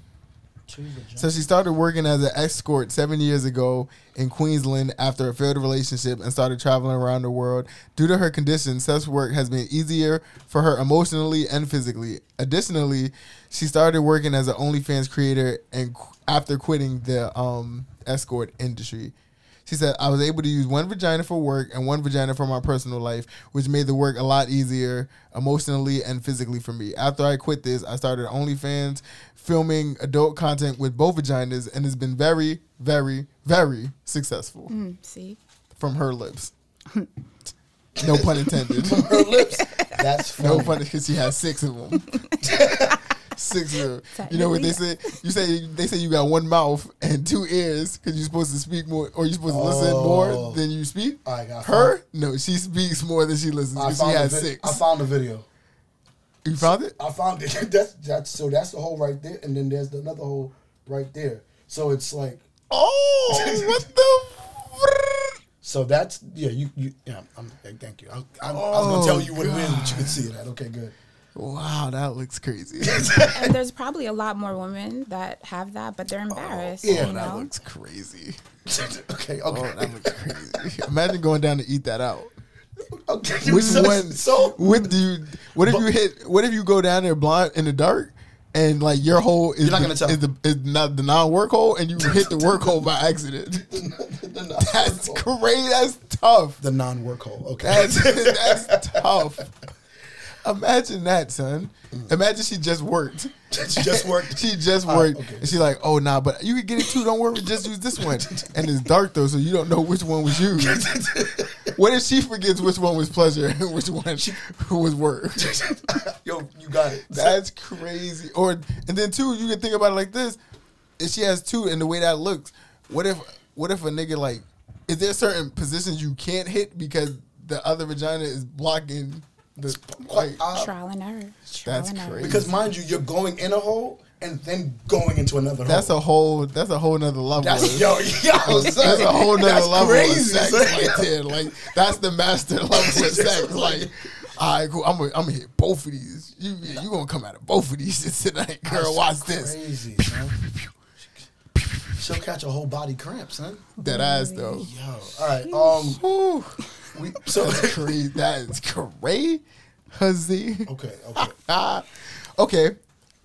S1: So she started working as an escort seven years ago in Queensland after a failed relationship and started traveling around the world. Due to her condition, such work has been easier for her emotionally and physically. Additionally, she started working as an OnlyFans creator and qu- after quitting the um, escort industry. She said, I was able to use one vagina for work and one vagina for my personal life, which made the work a lot easier emotionally and physically for me. After I quit this, I started OnlyFans filming adult content with both vaginas and has been very, very, very successful
S3: Mm, See,
S1: from her lips. No pun intended.
S2: Her lips. That's funny.
S1: No pun because she has six of them. six of them. You know what they say? You say they say you got one mouth and two ears because you're supposed to speak more, or you're supposed to listen
S2: Oh.
S1: more than you speak.
S2: I got
S1: Her? No, she speaks more than she listens.
S2: I
S1: 'cause
S2: found
S1: she
S2: the
S1: has
S2: vid-
S1: six.
S2: I found the video.
S1: you found it?
S2: I found it. that's that's so that's the hole right there, and then there's another hole right there. So it's like
S1: Oh, what the?
S2: so that's yeah you you yeah I'm, i thank you. I, I, I was gonna
S1: Oh,
S2: tell you what it is, but you can see that. Okay, good.
S1: Wow, that looks crazy.
S3: and there's probably a lot more women that have that, but they're embarrassed.
S2: yeah,
S3: you
S1: Oh, that
S3: know?
S1: looks crazy.
S2: okay, okay,
S1: Oh, that looks crazy. Imagine going down to eat that out.
S2: okay.
S1: Which
S2: so,
S1: one?
S2: So
S1: what do you? What if you hit? What if you go down there blind in the dark, and like your hole is
S2: You're not
S1: the,
S2: gonna tell.
S1: is the is not the non work hole, and you hit the work hole by accident?
S2: the
S1: That's
S2: non-work hole.
S1: crazy. That's tough.
S2: The non-work hole. Okay.
S1: That's that's tough. Imagine that, son. Imagine she just worked.
S2: She just worked.
S1: She just worked.
S2: okay.
S1: And she's like, oh nah, but you could get it too. Don't worry, just use this one. And it's dark though, so you don't know which one was used. What if she forgets which one was pleasure and which one was work?
S2: Yo, you got it.
S1: That's crazy. Or and then two, you can think about it like this: if she has two, and the way that looks, what if what if a nigga like, is there certain positions you can't hit because the other vagina is blocking the like?
S2: Uh,
S3: trial and error. Trial
S1: That's
S3: and error.
S1: crazy.
S2: because mind you, you're going in a hole and then going into another hole.
S1: That's a whole that's a whole nother level.
S2: That's yo, yo,
S1: That's a whole nother
S2: that's
S1: level
S2: Crazy,
S1: of sex
S2: son.
S1: right there. Like that's the master level of sex. Like, all right, cool. I'm gonna, I'm gonna hit both of these. You you gonna come out of both of these tonight, girl?
S2: That's
S1: watch this.
S2: Crazy, son. She'll catch a whole body cramp, son.
S1: That ass though.
S2: Yo, all right. Um,
S1: Whew.
S2: we so
S1: That's crazy. That is crazy.
S2: okay, okay.
S1: Ah, okay.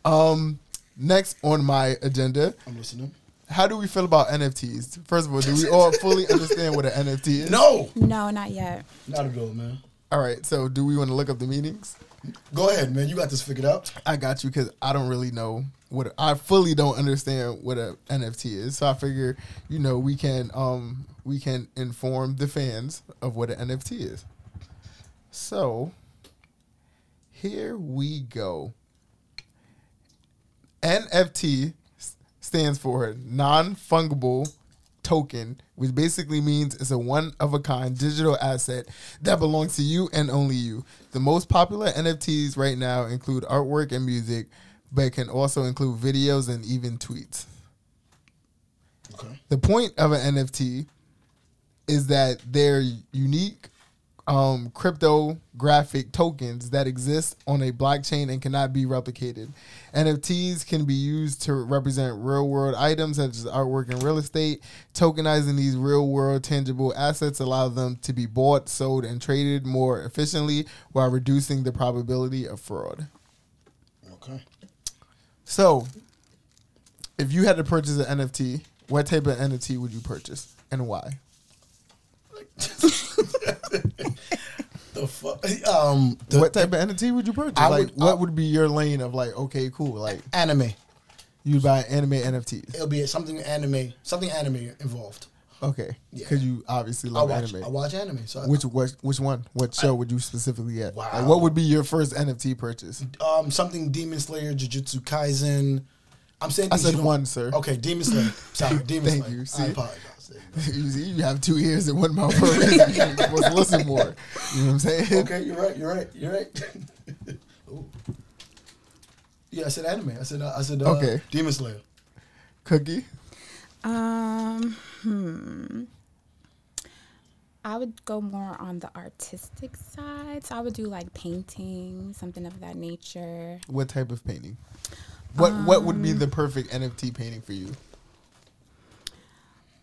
S1: Um, next on my agenda,
S2: I'm listening.
S1: how do we feel about NFTs? First of all, do we all fully understand what an NFT is?
S2: No,
S3: No, not yet.
S2: not at all, man.
S1: All right. So, do we want to look up the meanings?
S2: Go ahead, man. You got this figured out.
S1: I got you because I don't really know what I fully don't understand what a NFT is. So I figure, you know, we can um we can inform the fans of what an NFT is. So here we go. NFT s- stands for non-fungible token, which basically means it's a one of a kind digital asset that belongs to you and only you. The most popular NFTs right now include artwork and music, but can also include videos and even tweets.
S2: Okay.
S1: The point of an NFT is that they're unique um, cryptographic tokens that exist on a blockchain and cannot be replicated. NFTs can be used to represent real world items such as artwork and real estate. Tokenizing these real world tangible assets allow them to be bought, sold, and traded more efficiently while reducing the probability of fraud.
S2: Okay.
S1: So, if you had to purchase an NFT, what type of NFT would you purchase and why?
S2: The fuck. Um. The
S1: what type of NFT would you purchase?
S2: I
S1: like,
S2: would- uh,
S1: what
S2: I-
S1: would be your lane of like, okay, cool, like
S2: anime.
S1: you buy anime NFTs?
S2: It'll be something anime. Something anime involved.
S1: Okay,
S2: Yeah.
S1: because you obviously
S2: I
S1: love
S2: watch.
S1: anime.
S2: I watch anime. So I-
S1: Which which which one? What show would you specifically get?
S2: Wow.
S1: Like, what would be your first NFT purchase?
S2: um something Demon Slayer, Jujutsu Kaisen. I'm saying
S1: I
S2: things
S1: said
S2: you don't-
S1: one, sir.
S2: Okay, Demon Slayer. Sorry, Demon
S1: Thank
S2: Slayer.
S1: you.
S2: I
S1: See?
S2: apologize. There you
S1: you see, you have two ears and one mouth for a reason. You're supposed to listen more. You know what I'm saying?
S2: go. okay, you're right. You're right. You're right. Ooh. yeah, I said anime. I said uh, I said uh,
S1: Okay.
S2: Demon Slayer.
S1: Cookie.
S3: Um, hmm. I would go more on the artistic side. So I would do like painting, something of that nature.
S1: What type of painting? What what would be the perfect NFT painting for you?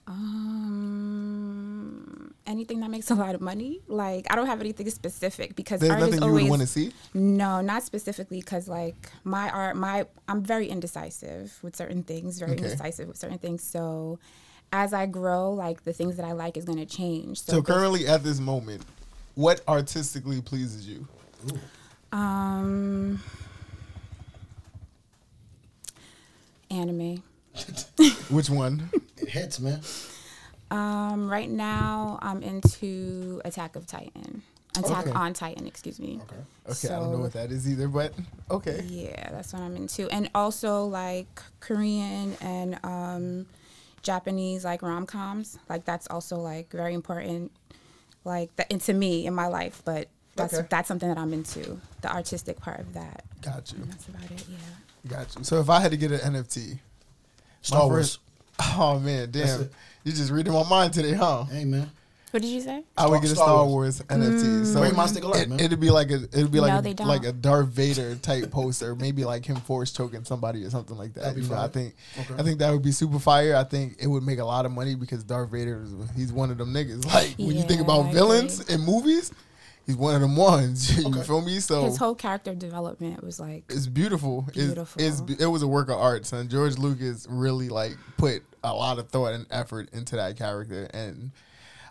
S3: Um, anything that makes a lot of money. Like I don't have anything specific because
S1: There's
S3: art
S1: nothing
S3: is
S1: you would
S3: always
S1: want to see.
S3: no, not specifically because like my art, my I'm very indecisive with certain things, very
S1: Okay.
S3: indecisive with certain things. So as I grow, like the things that I like is going to change.
S1: So
S3: if it's-
S1: currently at this moment, what artistically pleases you?
S3: Um, anime.
S1: Which one?
S2: It hits, man.
S3: Um, right now I'm into Attack of Titan. Attack
S1: Okay.
S3: on Titan, excuse me.
S2: Okay.
S1: Okay, I don't know what that is either, but okay.
S3: Yeah, that's what I'm into. And also like Korean and um, Japanese like rom coms. Like that's also like very important like that into me in my life, but that's
S1: Okay.
S3: that's something that I'm into. The artistic part of that.
S1: Got you.
S3: And that's about it, yeah.
S1: Got you. So if I had to get an NFT,
S2: Star
S1: my
S2: Wars.
S1: first- Oh man, damn.
S2: it.
S1: You just reading my mind today, huh?
S2: Hey, man.
S3: What did you say?
S1: I would
S2: Star-
S1: get a
S2: Star
S1: Star Wars, NFT. So
S2: Great minds think alike, man.
S1: it, it'd be like a it'd be
S3: Mm. No,
S1: like
S3: they
S1: a,
S3: don't.
S1: like a Darth Vader type poster, maybe like him force choking somebody or something like that.
S2: That'd be
S1: You know, I
S2: fire.
S1: think
S2: Okay.
S1: I think that would be super fire. I think it would make a lot of money because Darth Vader is he's one of them niggas. Like when you think
S3: Yeah,
S1: about
S3: I
S1: villains
S3: agree.
S1: in movies, he's one of them ones. you feel me? So
S3: His whole character development was like
S1: it's beautiful. It's,
S3: Beautiful.
S1: it's be- it was a work of art, son. George Lucas really like put a lot of thought and effort into that character, and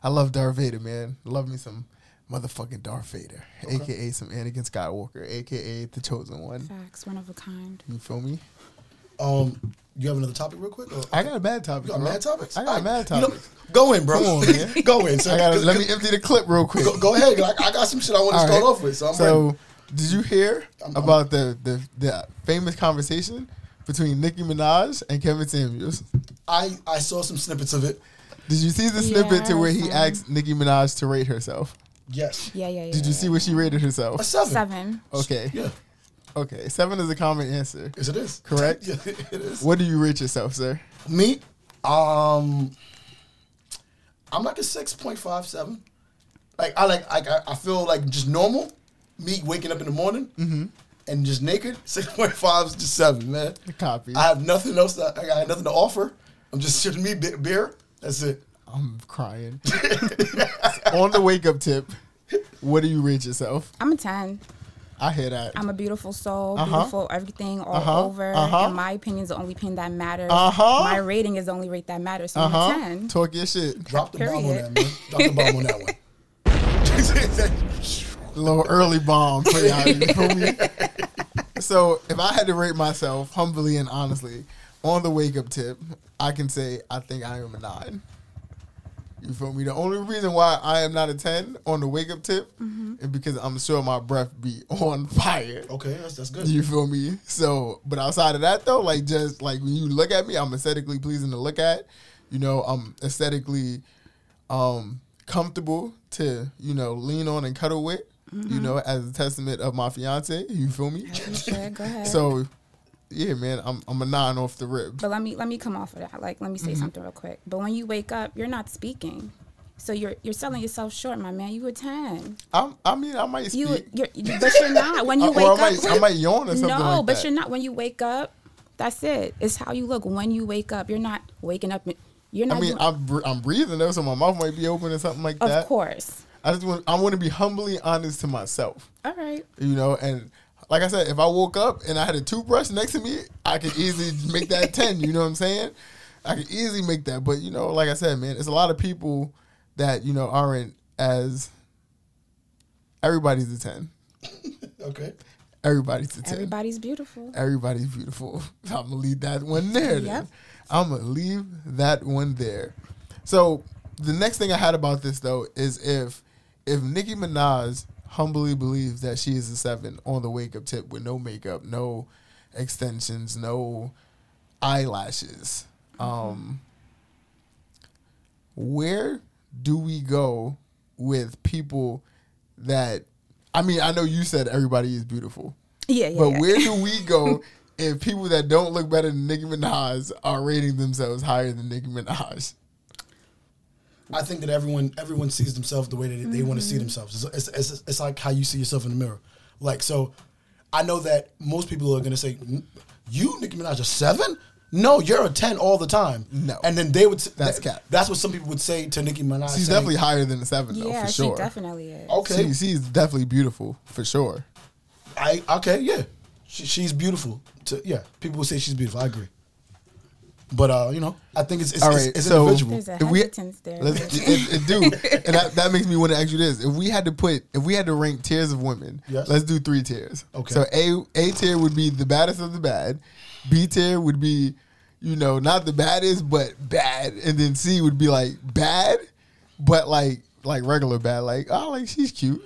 S1: I love Darth Vader, man. Love me some motherfucking Darth Vader, aka some Anakin Skywalker, aka the Chosen One.
S3: facts, one of a kind.
S1: You feel me?
S2: Um, you have another topic, real quick. Or?
S1: I got a bad topic.
S2: You got
S1: bro.
S2: mad topics.
S1: I got a mad
S2: You know,
S1: topics.
S2: go in, bro.
S1: Come on, man.
S2: go in. Sir.
S1: I got. Let me empty the clip real quick.
S2: go, go ahead. 'cause I, I got some shit I want to
S1: All
S2: start
S1: right.
S2: off with. So I'm ready.
S1: So, did you hear about the, the the famous conversation between Nicki Minaj and Kevin Samuels?
S2: I I saw some snippets of it.
S1: Did you see the snippet to where he
S3: Yes, um,
S1: asked Nicki Minaj to rate herself?
S2: Yes.
S3: Yeah, yeah, yeah.
S1: Did you see what she rated
S2: A
S1: herself?
S2: seven.
S3: seven?
S1: Okay.
S2: Yeah.
S1: Okay. Seven is a common answer.
S2: Yes, it is.
S1: Correct.
S2: yeah, it is.
S1: What do you rate yourself, sir?
S2: Me, um, I'm like a six point five seven. Like I like I I- I feel like just normal. Me waking up in the morning
S1: Mm-hmm.
S2: and just naked. Six point five is just seven, man.
S1: Copy.
S2: I have nothing else. That, I got nothing to offer. I'm just just me be- beer. That's it.
S1: I'm crying. On the wake up tip, what do you rate yourself?
S3: I'm a ten.
S1: I hear that.
S3: I'm a beautiful soul,
S1: Uh-huh.
S3: beautiful everything all
S1: Uh-huh.
S3: over.
S1: Uh-huh.
S3: And my opinion's the only opinion that matters.
S1: Uh-huh.
S3: My rating is the only rate that matters. So
S1: Uh
S3: I'm a
S1: huh.
S3: ten.
S1: Talk your shit.
S2: Drop the bomb on
S3: Period.
S2: that, man. Drop the bomb on that one.
S1: little early bomb for y'all. You feel me? So if I had to rate myself humbly and honestly on the wake up tip, I can say I think I am a nine. You feel me? The only reason why I am not a ten on the wake up tip is because I'm sure my breath be on fire.
S2: okay, that's, that's good.
S1: You feel me? So, but outside of that though, like just like when you look at me, I'm aesthetically pleasing to look at. You know, I'm aesthetically um comfortable to, you know, lean on and cuddle with,
S3: Mm-hmm.
S1: you know, as a testament of my fiance. You feel me?
S3: You sure? Go ahead.
S1: so yeah, man, I'm I'm a nine off the rib. Mm-hmm.
S3: but let me let me come off of that. Like let me say something real quick. But when you wake up, you're not speaking. So you're you're selling yourself short, my man. You were ten.
S1: I'm, I mean, I might speak.
S3: You were- you're, but you're not when you
S1: Uh,
S3: wake
S1: or I
S3: up.
S1: might, I might yawn or something
S3: no,
S1: like
S3: but
S1: that.
S3: you're not when you wake up. That's it. It's how you look when you wake up. You're not waking up. You're not.
S1: I mean,
S3: doing-
S1: I'm, br- I'm breathing though, so my mouth might be open or something like
S3: of
S1: that.
S3: course.
S1: I just want, I want to be humbly honest to myself,
S3: All right.
S1: you know. And like I said, if I woke up and I had a toothbrush next to me, I could easily make that ten. You know what I'm saying? I could easily make that. But you know, like I said, man, it's a lot of people that you know aren't as everybody's a ten.
S2: Okay.
S1: Everybody's a ten.
S3: Everybody's beautiful.
S1: Everybody's beautiful. I'm gonna leave that one there. Then.
S3: Yep.
S1: I'm gonna leave that one there. So the next thing I had about this though is if if Nicki Minaj humbly believes that she is a seven on the wake up tip with no makeup, no extensions, no eyelashes, um, where do we go with people that? I mean, I know you said everybody is beautiful.
S3: Yeah, yeah.
S1: But
S3: yeah.
S1: where do we go if people that don't look better than Nicki Minaj are rating themselves higher than Nicki Minaj?
S2: I think that everyone everyone sees themselves the way that they, want to see themselves. It's, it's, it's, it's like how you see yourself in the mirror. Like so, I know that most people are gonna say, "N- "You Nicki Minaj a seven? No, you're a ten all the time."
S1: No.
S2: and then they would s-
S1: That's
S2: that-
S1: cap.
S2: That's what some people would say to Nicki Minaj.
S1: She's
S2: saying,
S1: definitely higher than a seven,
S3: yeah,
S1: though, for
S3: she
S1: sure. Oh,
S3: definitely is.
S2: okay.
S1: She, she's definitely beautiful, for sure.
S2: I okay, yeah. She, she's beautiful. To, yeah, people will say she's beautiful. I agree. But uh, you know, I think it's it's,
S1: All
S2: it's-
S1: right,
S2: it's
S1: so-
S2: individual.
S3: There's a
S1: If we-
S3: hesitance there.
S1: Let's, it, it do, and that, that makes me want to ask you this: If we had to put, if we had to rank tiers of women,
S2: Yes.
S1: let's do three tiers.
S2: Okay.
S1: So a a tier would be the baddest of the bad, B tier would be, you know, not the baddest but bad, and then C would be like bad, but like like regular bad, like oh like she's cute.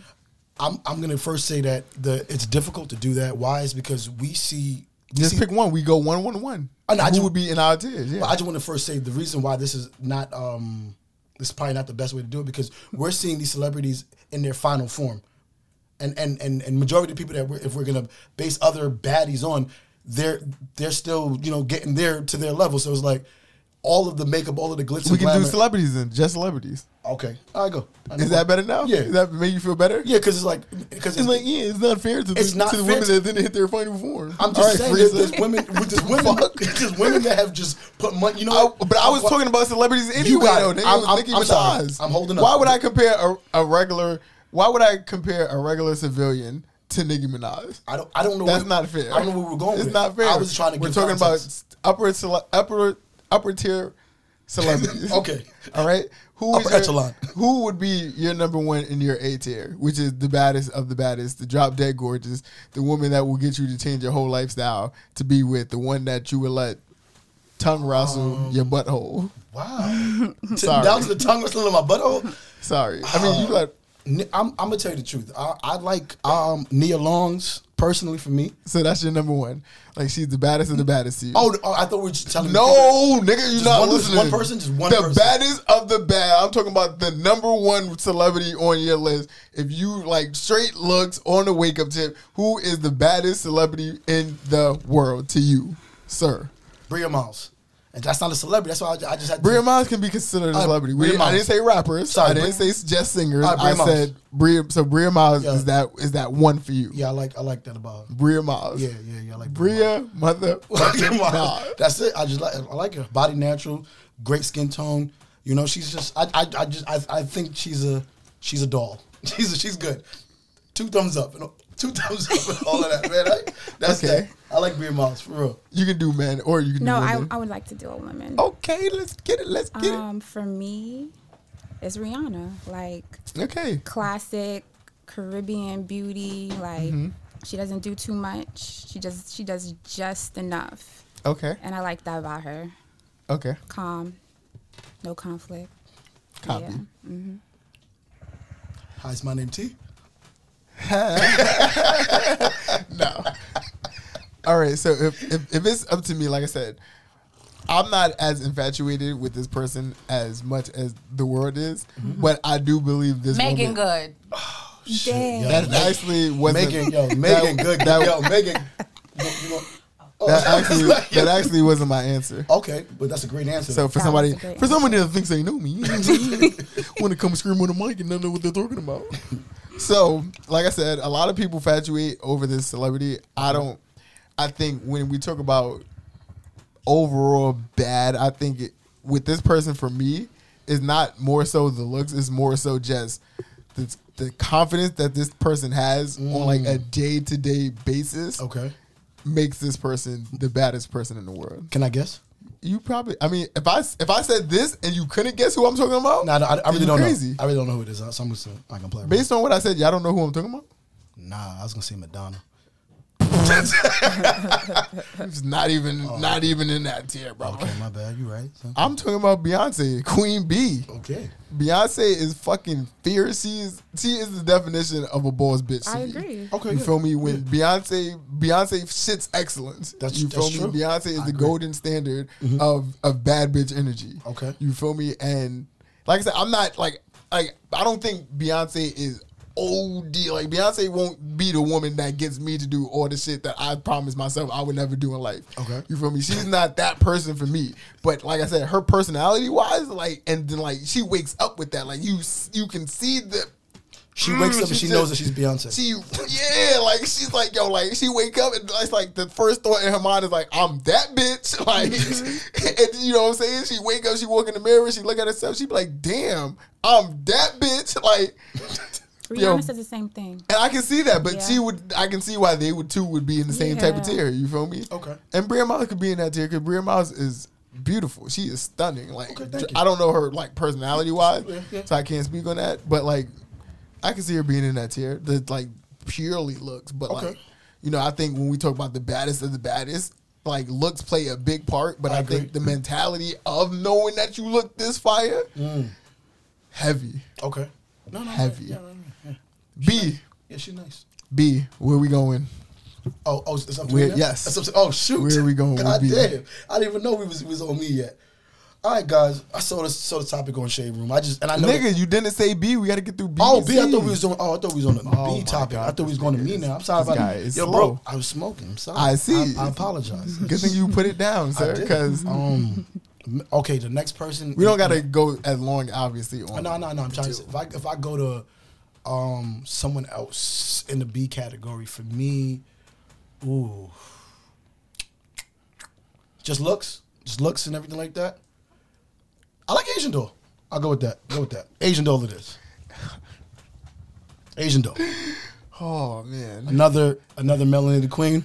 S2: I'm I'm gonna first say that the it's difficult to do that. Why is because we see we
S1: Just
S2: see,
S1: pick one. We go one one one.
S2: I know, I
S1: Who
S2: ju-
S1: would be in our tiers? Yeah.
S2: But I just want to first say the reason why this is not um this is probably not the best way to do it because we're seeing these celebrities in their final form, and and and and majority of people that we're, if we're gonna base other baddies on, they're they're still you know getting there to their level. So it's like all of the makeup, all of the glitz.
S1: we
S2: and
S1: can do
S2: glamour-
S1: celebrities then, just celebrities.
S2: Okay, I go. I know.
S1: Is that better now?
S2: Yeah.
S1: Does that make you feel better?
S2: Yeah, because it's like because
S1: It's like yeah, it's not fair to the,
S2: It's not
S1: to the
S2: fair
S1: women
S2: to-
S1: that didn't hit their final form.
S2: I'm
S1: All right,
S2: just saying
S1: Frieza.
S2: that there's women, there's women, there's women that have just put money. You know,
S1: I-
S2: what?
S1: but I was
S2: I'll-
S1: talking about celebrities anyway.
S2: got
S1: though.
S2: it.
S1: Nigga,
S2: I'm-
S1: was
S2: I'm-
S1: Nicki
S2: I'm sorry.
S1: Minaj.
S2: I'm holding
S1: Why
S2: up.
S1: would I compare a, a regular? Why would I compare a regular civilian to Nicki Minaj?
S2: I don't. I don't know.
S1: That's
S2: where-
S1: not fair.
S2: I don't know where we're going.
S1: It's
S2: with it.
S1: not fair.
S2: I was trying to.
S1: We're
S2: give
S1: talking
S2: context.
S1: about upper cele- upper upper tier celebrities.
S2: Okay.
S1: All right. Who is
S2: Upper
S1: your-
S2: echelon.
S1: Who would be your number one in your A tier, which is the baddest of the baddest, the drop dead gorgeous, the woman that will get you to change your whole lifestyle to be with the one that you would let tongue wrestle
S2: Um,
S1: your butthole.
S2: Wow. To-
S1: Sorry.
S2: Down to the tongue wrestling in my butthole.
S1: Sorry. I mean,
S2: uh,
S1: you let.
S2: Ni- I'm, I'm gonna tell you the truth. I, I like um, Nia Long's personally for me.
S1: So that's your number one. Like she's the baddest of the baddest to you.
S2: Oh, oh, I thought we were just telling. people
S1: No, nigga, you
S2: Just
S1: not
S2: one- just
S1: listening.
S2: one person, just one
S1: The
S2: person.
S1: baddest of the bad. I'm talking about the number one celebrity on your list. If you like straight looks on the wake up tip, who is the baddest celebrity in the world to you, sir?
S2: that- Bria Miles, and that's not a celebrity. That's why I, ju- I just had. to-
S1: Bria Miles can be considered a
S2: Uh,
S1: celebrity. We
S2: Bria
S1: didn't- I
S2: Miles.
S1: didn't say rappers.
S2: Sorry,
S1: I didn't
S2: Bria-
S1: say just singers.
S2: Uh, Bria
S1: I
S2: Miles.
S1: said Bria. So Bria Miles
S2: Yeah.
S1: is that is that one for you?
S2: Yeah, I like I like that about. Her.
S1: Bria Miles.
S2: Yeah, yeah, yeah. I like
S1: Bria mother.
S2: Miles.
S1: Miles.
S2: That's it. I just like I like her body natural, great skin tone. You know, she's just I I, I just I, I think she's a she's a doll. She's she's good. Two thumbs up and two thumbs up and all of that, man. I, that's
S1: Okay.
S2: that. I like Bria Miles for real.
S1: You can do men or you can
S3: no,
S1: do Oh,
S3: I,
S1: women.
S3: I would like to do a woman.
S1: okay, let's get it. Let's get
S3: um, for me, it's Rihanna. Like
S1: it. Okay.
S3: classic Caribbean beauty. Like
S1: Mm-hmm.
S3: she doesn't do too much. She just she does just enough,
S1: Okay.
S3: and I like that about her.
S1: Okay.
S3: Calm, no conflict.
S1: Copy.
S3: Yeah.
S2: Hi, it's my name T.
S1: No. All right. So if, if if it's up to me, like I said, I'm not as infatuated with this person as much as the world is,
S2: Mm-hmm.
S1: but I do believe this woman.
S4: Megan Good.
S3: Dang.
S2: yo.
S1: That actually wasn't
S2: Megan, yo, Megan,
S1: that-
S2: good,
S1: that-
S2: yo, Megan. You- you know-
S1: That actually, that actually wasn't my answer.
S2: Okay, but that's a great answer.
S1: So for
S3: That
S1: somebody,
S3: was a great
S1: for someone that thinks they know me, want to come scream on the mic and not know what they're talking about. So, like I said, a lot of people fatuate over this celebrity.
S3: Mm-hmm.
S1: I don't. I think when we talk about overall bad, I think it, with this person for me is not more so the looks. It's more so just the, the confidence that this person has on like
S3: Mm.
S1: a day to day basis
S2: okay,
S1: makes this person the baddest person in the world.
S2: can I guess?
S1: You probably. I mean, if I if I said this and you couldn't guess who I'm talking about,
S2: No, no, I, I
S1: then
S2: really
S1: you
S2: don't
S1: crazy.
S2: know. I really don't know who it is. So I'm just not gonna play. around.
S1: Based on what I said, y'all don't know who I'm talking about.
S2: Nah, I was gonna say Madonna.
S1: It's not even
S2: Oh.
S1: not even in that tier, bro.
S2: Okay, my bad. You right? son.
S1: I'm talking about Beyonce, Queen B.
S2: Okay.
S1: Beyonce is fucking fierce. She is she is the definition of a boss bitch. to
S3: I
S1: me.
S3: agree.
S2: Okay.
S1: you
S2: yeah.
S1: feel me? When Beyonce, Beyonce shits excellence.
S2: That's-
S1: you feel
S2: that's
S1: me?
S2: true.
S1: Beyonce is the
S2: I agree. Mm-hmm.
S1: golden standard of of bad bitch energy.
S2: Okay.
S1: you feel me? And like I said, I'm not like like I don't think Beyonce is OD. Like Beyonce won't be the woman that gets me to do all the shit that I promised myself I would never do in life.
S2: Okay.
S1: you feel me? She's not that person for me. But like I said, her personality wise, like and then like she wakes up with that. Like you s- you can see the
S2: She wakes up and she knows that she's
S1: just-
S2: Beyonce.
S1: Mm, she yeah, like she's like yo, like she wake up and it's like the first thought in her mind is like I'm that bitch, like and you know what I'm saying. She wake up, she walk in the mirror, she look at herself, she be like, damn, I'm that bitch, like.
S3: Rihanna
S1: yo,
S3: said the same thing.
S1: and I can see that, but
S3: Yeah.
S1: she would. I can see why they would too would be in the same type of
S3: Yeah.
S1: tier. You feel me?
S2: Okay.
S1: And Bria Miles could be in that tier because Bria Miles is beautiful. She is stunning. Like
S2: Okay, thank you.
S1: I don't know her like personality wise,
S2: Yeah, yeah.
S1: so I can't speak on that. But like, I can see her being in that tier. The like purely looks, but
S2: Okay.
S1: like, you know, I think when we talk about the baddest of the baddest. Like looks play a big part, but
S2: I
S1: I,
S2: agree.
S1: think the mentality of knowing that you look this fire,
S2: Mm.
S1: heavy,
S2: okay. No, no. yeah,
S1: Heavy.
S2: Yeah, yeah, yeah.
S1: B,
S2: yeah she's nice.
S1: B, where we going?
S2: Oh, oh, it's up to
S1: Where-
S2: me. now?
S1: yes.
S2: It's up to- oh, shoot.
S1: Where we going with
S2: God
S1: B?
S2: damn. I didn't even know we was, we was on me yet. All right, guys. I saw this saw the topic on Shade Room. I just and I know. that-
S1: Nigga, you didn't say B. We got to get through B.
S2: Oh,
S1: and
S2: B, I
S1: C.
S2: thought we was doing. Oh, I thought we was on the
S1: Oh,
S2: B
S1: my
S2: topic.
S1: God,
S2: I thought we was
S1: this
S2: going to
S1: nigga
S2: me
S1: is-
S2: now. I'm sorry
S1: this
S2: about
S1: guy
S2: that.
S1: is
S2: Yo,
S1: slow.
S2: bro, I was smoking. I'm sorry.
S1: I see.
S2: I, I apologize.
S1: Good thing you put it down, sir,
S2: did.
S1: because
S2: um, m- okay, the next person.
S1: we don't got to go as long, obviously. On
S2: No, no, no. I'm trying to. Say, if I if I go to um someone else in the B category for me, ooh, just looks, just looks and everything like that. I like Asian doll. I'll go with that. Go with that. Asian doll it is. Asian doll.
S1: Oh man.
S2: Another another melanated queen.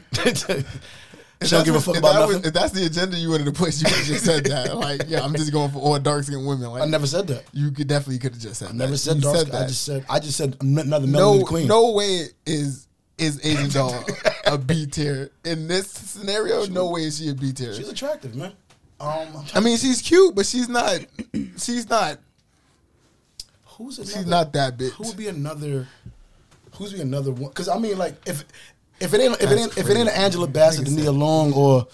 S1: If
S2: she don't
S1: that's
S2: give a
S1: what-
S2: fuck
S1: if
S2: about
S1: that was-
S2: nothing.
S1: if that's the agenda you wanted to push, you could have just said that. Like, yeah, I'm just going for all dark skinned women. Like,
S2: I never said that.
S1: You could definitely could have just said.
S2: I never
S1: that.
S2: said
S1: You
S2: dark.
S1: said
S2: skin. I
S1: that.
S2: just said I just said another melanated
S1: no,
S2: queen.
S1: no way is is Asian doll a B tier in this scenario. no way is she a B tier.
S2: She's attractive, man. Um,
S1: I mean, she's cute, but she's not. She's not.
S2: who's another,
S1: She's not that bitch.
S2: Who would be another? Who's be another one? Because I mean, like if if it ain't if it
S1: That's
S2: ain't if it ain't
S1: crazy.
S2: Angela Bassett,
S1: Nigga said-
S2: Nia Long, or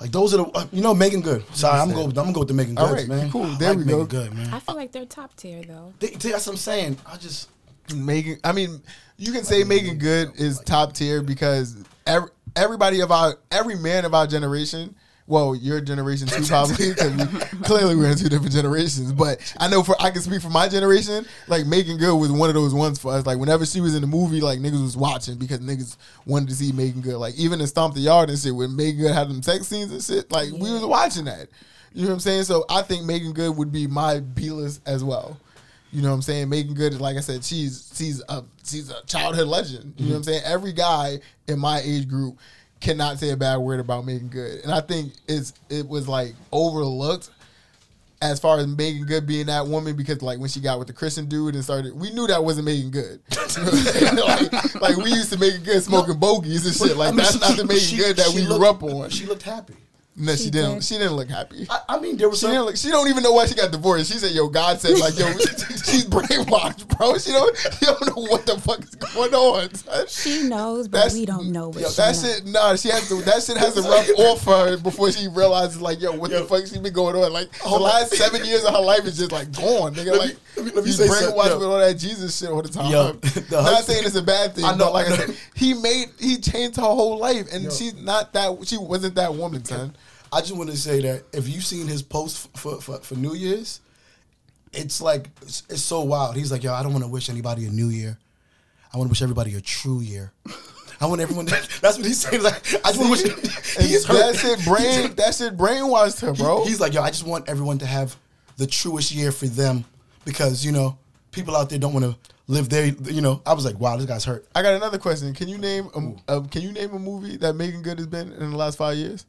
S2: like those are the uh, you know Megan Good. Sorry, I'm going. I'm going go with the Megan Good,
S1: All right,
S2: man.
S1: cool.
S2: I
S1: There
S2: like
S1: we
S2: Megan
S1: go.
S2: Good, man.
S3: I feel like they're top tier though.
S2: They- they- that's what I'm saying. I just
S1: Megan. I mean, you can say Megan Good is top tier because every, everybody of our every man of our generation. Well, your generation too, probably. 'cause we- clearly, we're in two different generations. But I know for I can speak for my generation. Like Megan Good was one of those ones for us. Like whenever she was in the movie, like niggas was watching because niggas wanted to see Megan Good. Like even in Stomp the Yard and shit, when Megan Good had them sex scenes and shit, like we was watching that. You know what I'm saying? So I think Megan Good would be my B list as well. You know what I'm saying? Megan Good, is, like I said, she's she's a she's a childhood legend. You know what I'm
S2: Mm-hmm.
S1: saying? Every guy in my age group cannot say a bad word about Megan Good, and I think it's it was like overlooked as far as Megan Good being that woman because like when she got with the Christian dude and started, we knew that wasn't Megan Good. You know what I'm saying? like, like, we used to Megan Good smoking bogeys and shit. Like
S2: I mean,
S1: that's
S2: she-
S1: not the
S2: she-
S1: Megan
S2: she-
S1: Good that
S2: she
S1: we
S2: looked-
S1: grew up on.
S2: She looked happy.
S1: No, she,
S3: She
S1: didn't.
S3: did.
S1: She didn't look happy.
S2: I, I mean, there was
S1: She
S2: some.
S1: didn't look, She don't even know why she got divorced. She said, "Yo, God said like, yo, she's brainwashed, bro. She don't, she don't know what the fuck is going on." son.
S3: She knows, but
S1: That's-
S3: we don't know what
S1: yo,
S3: she
S1: that
S3: knows.
S1: shit. Nah, she has to. That shit has to rub off her before she realizes, like, yo, what the
S2: Yo.
S1: fuck she been going on? Like, the
S2: Hold on.
S1: last seven years of her life is just like gone, nigga.
S2: Let me-
S1: like,
S2: let me- let me
S1: you
S2: say
S1: brainwashed
S2: something, yo.
S1: with all that Jesus shit all the time.
S2: Yo, the
S1: not
S2: husband-
S1: saying it's a bad thing.
S2: I
S1: I
S2: know,
S1: know. Like I
S2: I
S1: said,
S2: know.
S1: he made he changed her whole life, and
S2: Yo.
S1: she's not that. She wasn't that woman, son.
S2: I just want to say that if you've seen his post f- for, for, for New Year's, it's like it's, it's so wild. He's like, yo, I don't want to wish anybody a New Year. I want to wish everybody a true year. I want everyone. that's what he's saying. He's Like, I just want to wish.
S1: And
S2: He's
S1: that
S2: hurt.
S1: shit brain. That shit brainwashed her, bro.
S2: He's like, yo, I just want everyone to have the truest year for them because you know people out there don't want to live their. You know, I was like, wow, this guy's hurt.
S1: I got another question. Can you name a, uh, Can you name a movie that Megan Good has been in the last five years?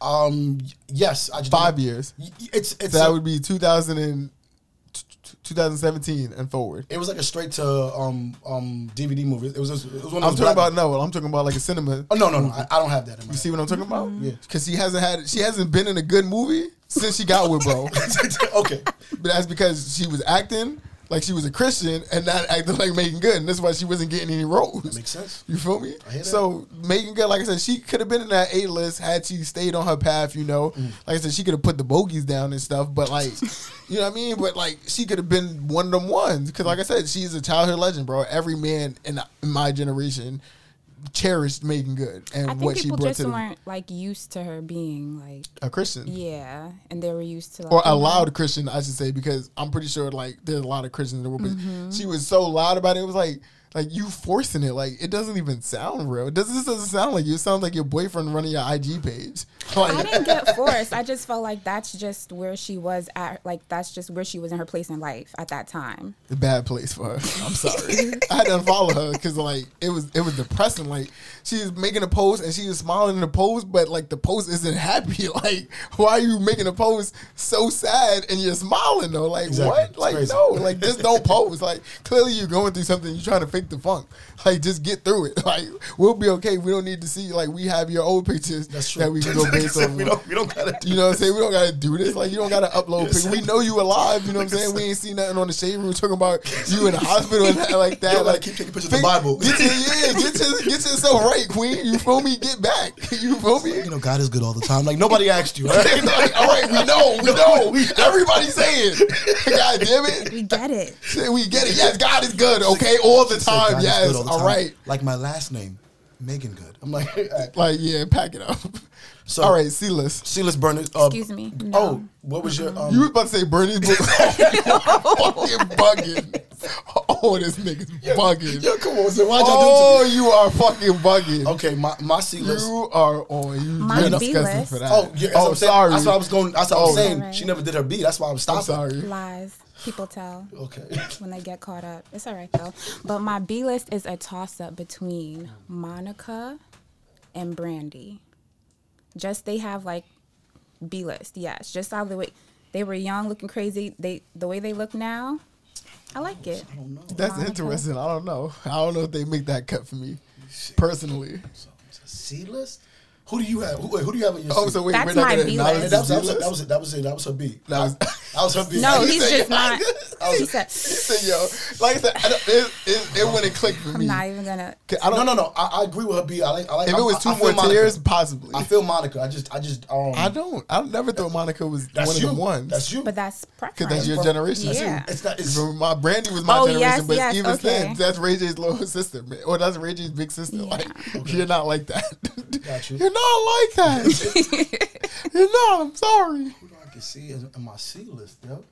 S2: Um, yes, I just
S1: Five years.
S2: Y- y- It's it's
S1: So that
S2: a-
S1: would be 2000 and t- t- 2017 and forward.
S2: It was like a straight to um um DVD movie. It was just, it was one of
S1: I'm
S2: those
S1: talking
S2: black-
S1: about no. I'm talking about like a cinema.
S2: Oh no no no! I, I don't have that in my.
S1: You see what I'm talking about?
S2: Yeah.
S1: Because she hasn't had. She hasn't been in a good movie since she got with bro.
S2: okay.
S1: But that's because she was acting like she was a Christian and not acting like Megan Good, and that's why she wasn't getting any roles. That
S2: makes sense.
S1: You feel me?
S2: hear that.
S1: So Megan Good, like I said, she could have been in that A list had she stayed on her path. You know,
S2: Mm.
S1: like I said, she could have put the bogeys down and stuff. But like, you know what I mean? But like, she could have been one of them ones because, like I said, she's a childhood legend, bro. Every man in, in my generation cherished Megan Good and
S3: I think
S1: what she
S3: people
S1: brought
S3: just
S1: to the,
S3: weren't like used to her being like,
S1: a Christian.
S3: yeah, and they were used to like,
S1: or
S3: you
S1: a
S3: know,
S1: loud Christian, I should say, because I'm pretty sure like there's a lot of Christians in the world. But
S3: Mm-hmm.
S1: she was so loud about it. It was like like you forcing it. Like it doesn't even sound real. It doesn't, this doesn't sound like you. It sounds like your boyfriend running your IG page.
S3: I
S1: Like
S3: didn't get forced. I just felt like that's just where she was at. Like that's just where she was in her place in life at that time.
S1: a bad place for her. I'm sorry. I had to unfollow her because like it was it was depressing. Like she was making a post and she was smiling in the post, but like the post isn't happy. Like why are you making a post so sad and you're smiling though? Like
S2: Exactly.
S1: what?
S2: It's
S1: Like
S2: crazy.
S1: no. Like just don't post. Like clearly you're going through something. You're trying to fake the funk. Like just get through it. Like we'll be okay. We don't need to see like we have your old pictures
S2: That's true.
S1: that we can go based on.
S2: we don't we don't gotta do
S1: You know what I'm saying? We don't gotta do this. Like you don't gotta upload
S2: Yes.
S1: pictures. We know you alive. You know what I'm saying? We ain't seen nothing on the shade room talking about you in the hospital and that like that.
S2: You don't gotta
S1: like
S2: keep taking pictures of the Bible.
S1: Get your, yeah, get your, get yourself right, Queen. You feel me? Get back. You feel me?
S2: You know God is good all the time. Like nobody asked you. all right?
S1: Like, all right, we know, we know. Everybody saying, God damn it,
S3: We get it.
S1: Shit, we get it. Yes, God is good. Okay, all the
S2: God
S1: time.
S2: is
S1: Yes,
S2: good all the
S1: all
S2: time.
S1: right.
S2: Like my last name, Megan Good. I'm like, alright.
S1: Like yeah, pack it up.
S2: So-
S1: all right, see list.
S2: see, let's burn it. up.
S3: Excuse me,
S2: Oh,
S3: no.
S2: what was your? Um,
S1: You was about to say Bernie's book. fucking bugging. Oh, this nigga's bugging.
S2: yo, come on, sir. Why'd y'all
S1: oh,
S2: do it
S1: you are fucking bugging.
S2: to me? Oh, Okay, my my C list.
S1: You are on. You,
S3: My
S1: you're
S3: B
S1: disgusting
S3: list.
S1: for that.
S2: Oh, yeah, that's what
S1: oh,
S2: I'm saying.
S1: sorry.
S2: That's what I was going. That's what I
S1: Oh.
S2: was saying.
S3: Alright.
S2: She never did her B. That's why I'm stopping.
S1: I'm sorry.
S3: Lies people tell
S2: Okay.
S3: when they get caught up. It's all right though. But my B list is a toss up between Monica and Brandy. Just they have like B list. Yes, just how the way they were young, looking crazy. They the way they look now. I like it.
S2: I don't know.
S1: That's
S3: Monica.
S1: interesting. I don't know. I don't know if they make that cut for me personally.
S2: So it's a C list. Who do you have? Who, wait, who do you have on your?
S1: Oh,
S2: C?
S1: so wait,
S3: That's
S1: we're not
S3: my
S1: going to
S3: B
S1: acknowledge
S2: And
S1: this
S2: that was,
S1: B
S2: that, was,
S1: list?
S2: that was that was it. That was her beat.
S1: That was-
S2: that was her beat.
S3: No,
S2: You
S3: he's
S2: said-
S3: just not. He said,
S1: He said, yo, like I said, I don't, it, it, it wouldn't click for
S3: I'm
S1: me.
S3: not even gonna.
S1: 'Cause I don't,
S2: no, no, no. I, I agree with her beat. I like. I like.
S1: if
S2: I,
S1: it was
S2: I-
S1: two
S2: I feel
S1: more
S2: Monica.
S1: tiers, possibly.
S2: I feel Monica. I just, I just. Um,
S1: I don't. I never thought Monica was
S2: that's
S1: one
S2: you.
S1: of the ones.
S2: That's you.
S3: But that's
S1: Because
S3: preference.
S1: that's your
S2: That's
S1: generation.
S3: you. Yeah.
S2: It's not. It's,
S1: From my Brandy was my
S3: Oh,
S1: generation,
S3: yes,
S1: but
S3: yes,
S1: even then,
S3: okay.
S1: that's Ray J's little sister, man. or that's Ray J's big sister. Like you're not like that.
S2: Got you.
S1: are not like that. you're not. I'm sorry.
S2: who do I can see in, in my C list, yo?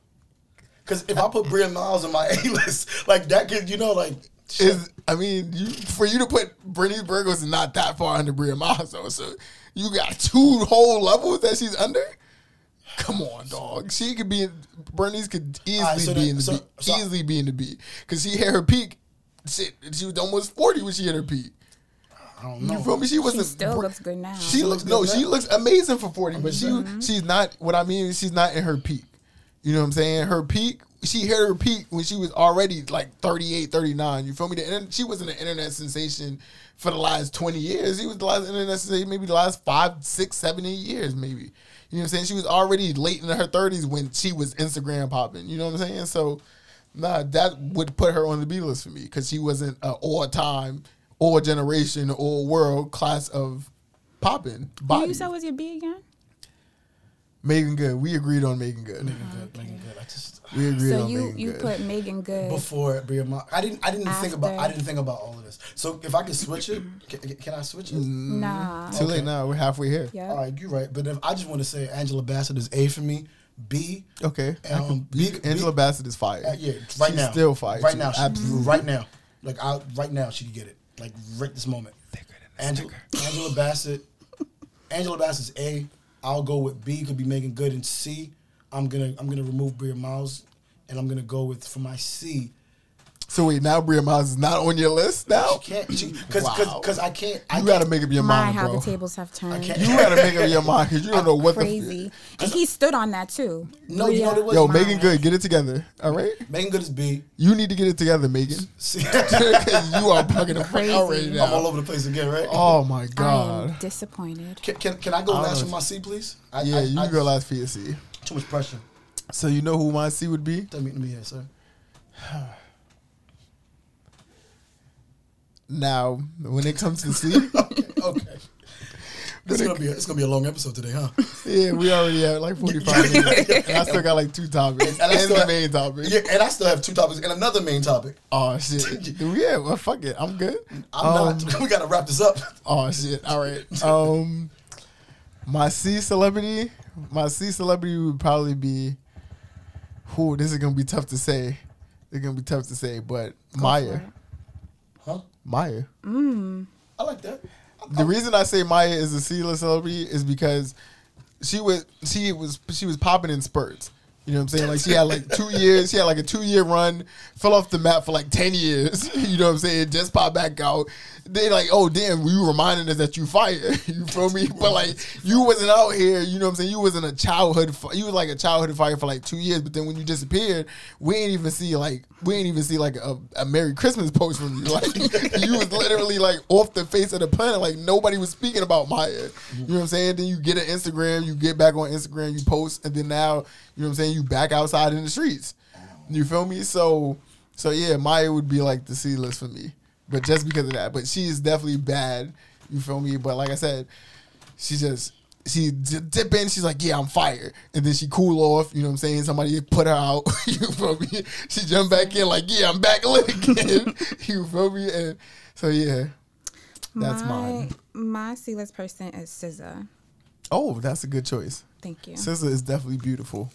S2: Because if I put Bria Miles in my A list, like that could, you know, like. shit.
S1: Is I mean, you, for you to put Brittany Burgos is not that far under Bria Miles, though. So you got two whole levels that she's under. Come on, dog. She could be. In, Bernice could easily
S2: All right, so
S1: be
S2: then-
S1: in the
S2: so-
S1: B.
S2: so-
S1: easily be in the B because she hit her peak. Shit, she was almost forty when she hit her peak.
S2: I don't know.
S1: You feel me? She
S3: She
S1: wasn't.
S3: still
S1: br-
S3: looks good now.
S1: She looks no. She looks amazing for forty, but she she's not. What I mean, is she's not in her peak. You know what I'm saying? Her peak. she hit her peak when she was already like 38, 39. You feel me? The inter- she wasn't an internet sensation for the last 20 years. She was the last internet sensation maybe the last five, six, seven, eight years maybe. You know what I'm saying? She was already late in her 30s when she was Instagram popping. You know what I'm saying? So, nah, that would put her on the B list for me because she wasn't an all time, all generation, all world class of popping.
S3: Who
S1: Body.
S3: you said was your B again?
S1: Megan Good. We agreed on Megan Good.
S2: Making good, making good. I just
S1: We agreed
S3: So
S1: on
S3: you
S1: Megan
S3: you
S1: Good.
S3: put Megan Good.
S2: before Bria Ma, I didn't. I didn't think about.
S3: After.
S2: I didn't think about all of this. So if I can switch it, can, can I switch it?
S1: mm-hmm.
S3: Nah.
S1: Too late now. We're halfway here.
S3: Yep.
S2: All right, you're right. But if I just want to say Angela Bassett is A for me. B.
S1: Okay. I
S2: Um,
S1: could- you-
S2: big-
S1: Angela
S2: big-
S1: Bassett is fire.
S2: uh, yeah, right
S1: She's
S2: now.
S1: still fire.
S2: Right
S1: She's
S2: now, she,
S1: absolutely-
S2: right now. Like I, right now, she could get it. Like right this moment. Angela, Angela Bassett. Angela Bassett's A. I'll go with B. Could be making good and C. I'm gonna I'm gonna remove Bria Miles, and I'm gonna go with for my C.
S1: So wait, now Bria Miles is not on your list now.
S2: She can't she because
S1: Wow.
S2: because I can't I
S1: You
S2: can't,
S1: gotta make up your
S3: My
S1: mind,
S3: how
S1: bro.
S3: the tables have turned.
S2: can't-
S1: You gotta make up your mind because you don't know what
S3: Crazy. and he stood on that too.
S2: No, you know what it
S1: the.
S2: was?
S1: Yo,
S2: Mine.
S1: Megan, good, get it together. All right,
S2: Megan Good is B.
S1: you need to get it together, Megan.
S2: C.
S1: 'Cause you are bugging the fuck out right
S3: Crazy.
S2: I'm all
S1: now.
S2: over the place again, right?
S1: Oh my
S3: I am
S1: god.
S3: disappointed.
S2: Can, can, can I go
S1: I
S2: last
S1: don't
S2: with
S1: know.
S2: my C, please? I,
S1: Yeah,
S2: I-
S1: you
S2: I-
S1: can go last for your C.
S2: Too much pressure.
S1: So you know who my C would be?
S2: Don't meet me here, sir.
S1: Now, when it comes to C,
S2: Okay. This is gonna be a, it's gonna be a long episode today, huh?
S1: yeah, we already have like forty-five minutes, and I still got like two topics
S2: And I
S1: and
S2: still
S1: the
S2: have-
S1: main topic.
S2: yeah, and I still have two topics and another main topic.
S1: Oh shit. Yeah, well fuck it. I'm good.
S2: I'm
S1: Um,
S2: not. We gotta wrap this up.
S1: Oh shit. All right. Um my C celebrity, my C celebrity would probably be who this is going to be tough to say. It's going to be tough to say, but Maya.
S2: Huh?
S1: Maya.
S2: I like that.
S1: The reason I say Maya is a C-list celebrity is because she was she was she was popping in spurts. You know what I'm saying? Like she had like two years, she had like a two year run, fell off the map for like ten years. You know what I'm saying? Just popped back out. They like, oh damn, you reminded us that you fire. You feel me? But like you wasn't out here. You know what I'm saying? You wasn't a childhood. Fi- you was like a childhood fire for like two years. But then when you disappeared, we ain't even see like we ain't even see like a, a Merry Christmas post from you. Like you was literally like off the face of the planet. Like nobody was speaking about Maya. You know what I'm saying? Then you get an Instagram, you get back on Instagram, you post, and then now you know what I'm saying? You back outside in the streets. You feel me? So so yeah, Maya would be like the C list for me. But just because of that. But she is definitely bad. You feel me? But like I said, she just she d- dip in. She's like, "Yeah, I'm fired," and then she cool off. You know what I'm saying? Somebody put her out. you feel me? She jump back in like, "Yeah, I'm back lit again." you feel me? And so yeah, that's
S3: my,
S1: mine.
S3: My C-list person is SZA.
S1: Oh, that's a good choice.
S3: Thank you.
S1: SZA is definitely beautiful.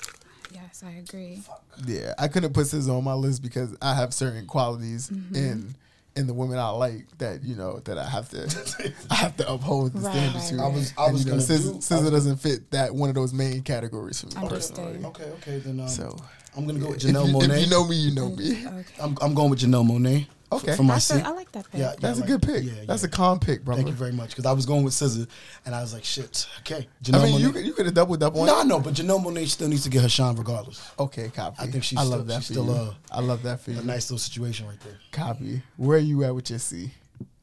S3: yes, I agree.
S1: Yeah, I couldn't put SZA on my list because I have certain qualities in in the women I like that you know that I have to I have to uphold the
S3: Right,
S1: standards
S3: right,
S1: to.
S3: I
S2: was- I
S1: And,
S2: was
S1: you know,
S2: gonna
S1: SZA,
S2: do-
S1: SZA doesn't fit that one of those main categories for me
S3: Understood.
S1: personally.
S2: Okay, okay, then um,
S1: So,
S2: I'm gonna go with
S1: If you-
S2: Janelle
S1: if, you,
S2: Monet.
S1: know me, you know me.
S3: Okay.
S2: I'm, I'm going with Janelle Monet.
S1: Okay.
S2: for my
S3: I,
S2: C.
S3: feel, I like that pick.
S2: Yeah,
S1: That's
S2: like-
S1: a good pick.
S2: yeah,
S1: That's
S2: yeah.
S1: a calm pick, brother.
S2: Thank you very much. Because I was going with Scissor, and I was like, shit. Okay, Janelle
S1: I mean,
S2: Monae.
S1: you could, you could have doubled up on.
S2: no, I know, but Janelle Monet still needs to get her shine regardless.
S1: Okay, copy.
S2: I think she's
S1: I love
S2: still-
S1: that
S2: she's
S1: for
S2: still,
S1: you.
S2: uh,
S1: I love that for you.
S2: A nice little situation right there.
S1: Copy. Where are you at with your C?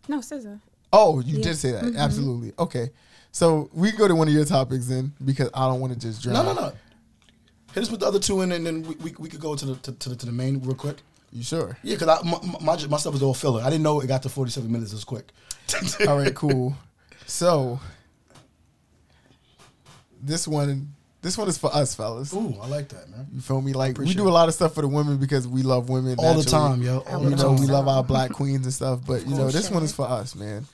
S3: No, SZA.
S1: Oh, you
S3: Yeah.
S1: did say that. Absolutely. Okay. So we can go to one of your topics then, because I don't want to just drown.
S2: No, no, no. Hit us with the other two, and then, then we, we, we could go to the to, to the to the main real quick.
S1: You sure?
S2: Yeah, because my, my my stuff was all filler. I didn't know it got to forty seven minutes this quick.
S1: All right, cool. So this one, this one is for us, fellas.
S2: Ooh, I like that, man.
S1: You feel me? Like we
S2: Appreciate
S1: do a lot of stuff for the women because we love women
S2: All the
S1: naturally.
S2: time, yo. All
S1: you
S2: the
S1: know,
S2: time.
S1: we love our black queens and stuff, but you know, this one is for us, man.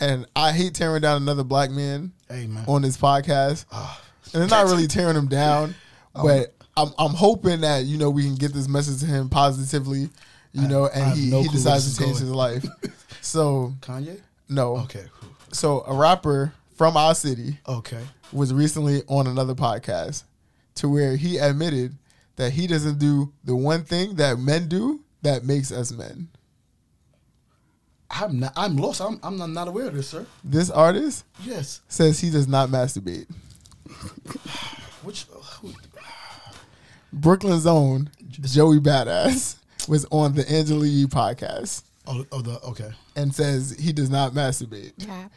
S1: And I hate tearing down another black man
S2: Hey, man.
S1: on this podcast. And it's not really tearing him down,
S2: Oh.
S1: but I'm I'm hoping that, you know, we can get this message to him positively, you know, and
S2: have
S1: he,
S2: no
S1: he
S2: clue where
S1: decides
S2: this
S1: to
S2: is
S1: change his life. So
S2: Kanye.
S1: no.
S2: Okay.
S1: So a rapper from our city
S2: Okay.
S1: was recently on another podcast to where he admitted that he doesn't do the one thing that men do that makes us men.
S2: I'm not. I'm lost. I'm I'm not, not aware of this, sir.
S1: This artist
S2: Yes.
S1: says he does not masturbate.
S2: Which. uh,
S1: Brooklyn's own Joey Badass was on the Angela Yee podcast
S2: Oh, oh, the okay.
S1: and says he does not masturbate.
S3: Cap.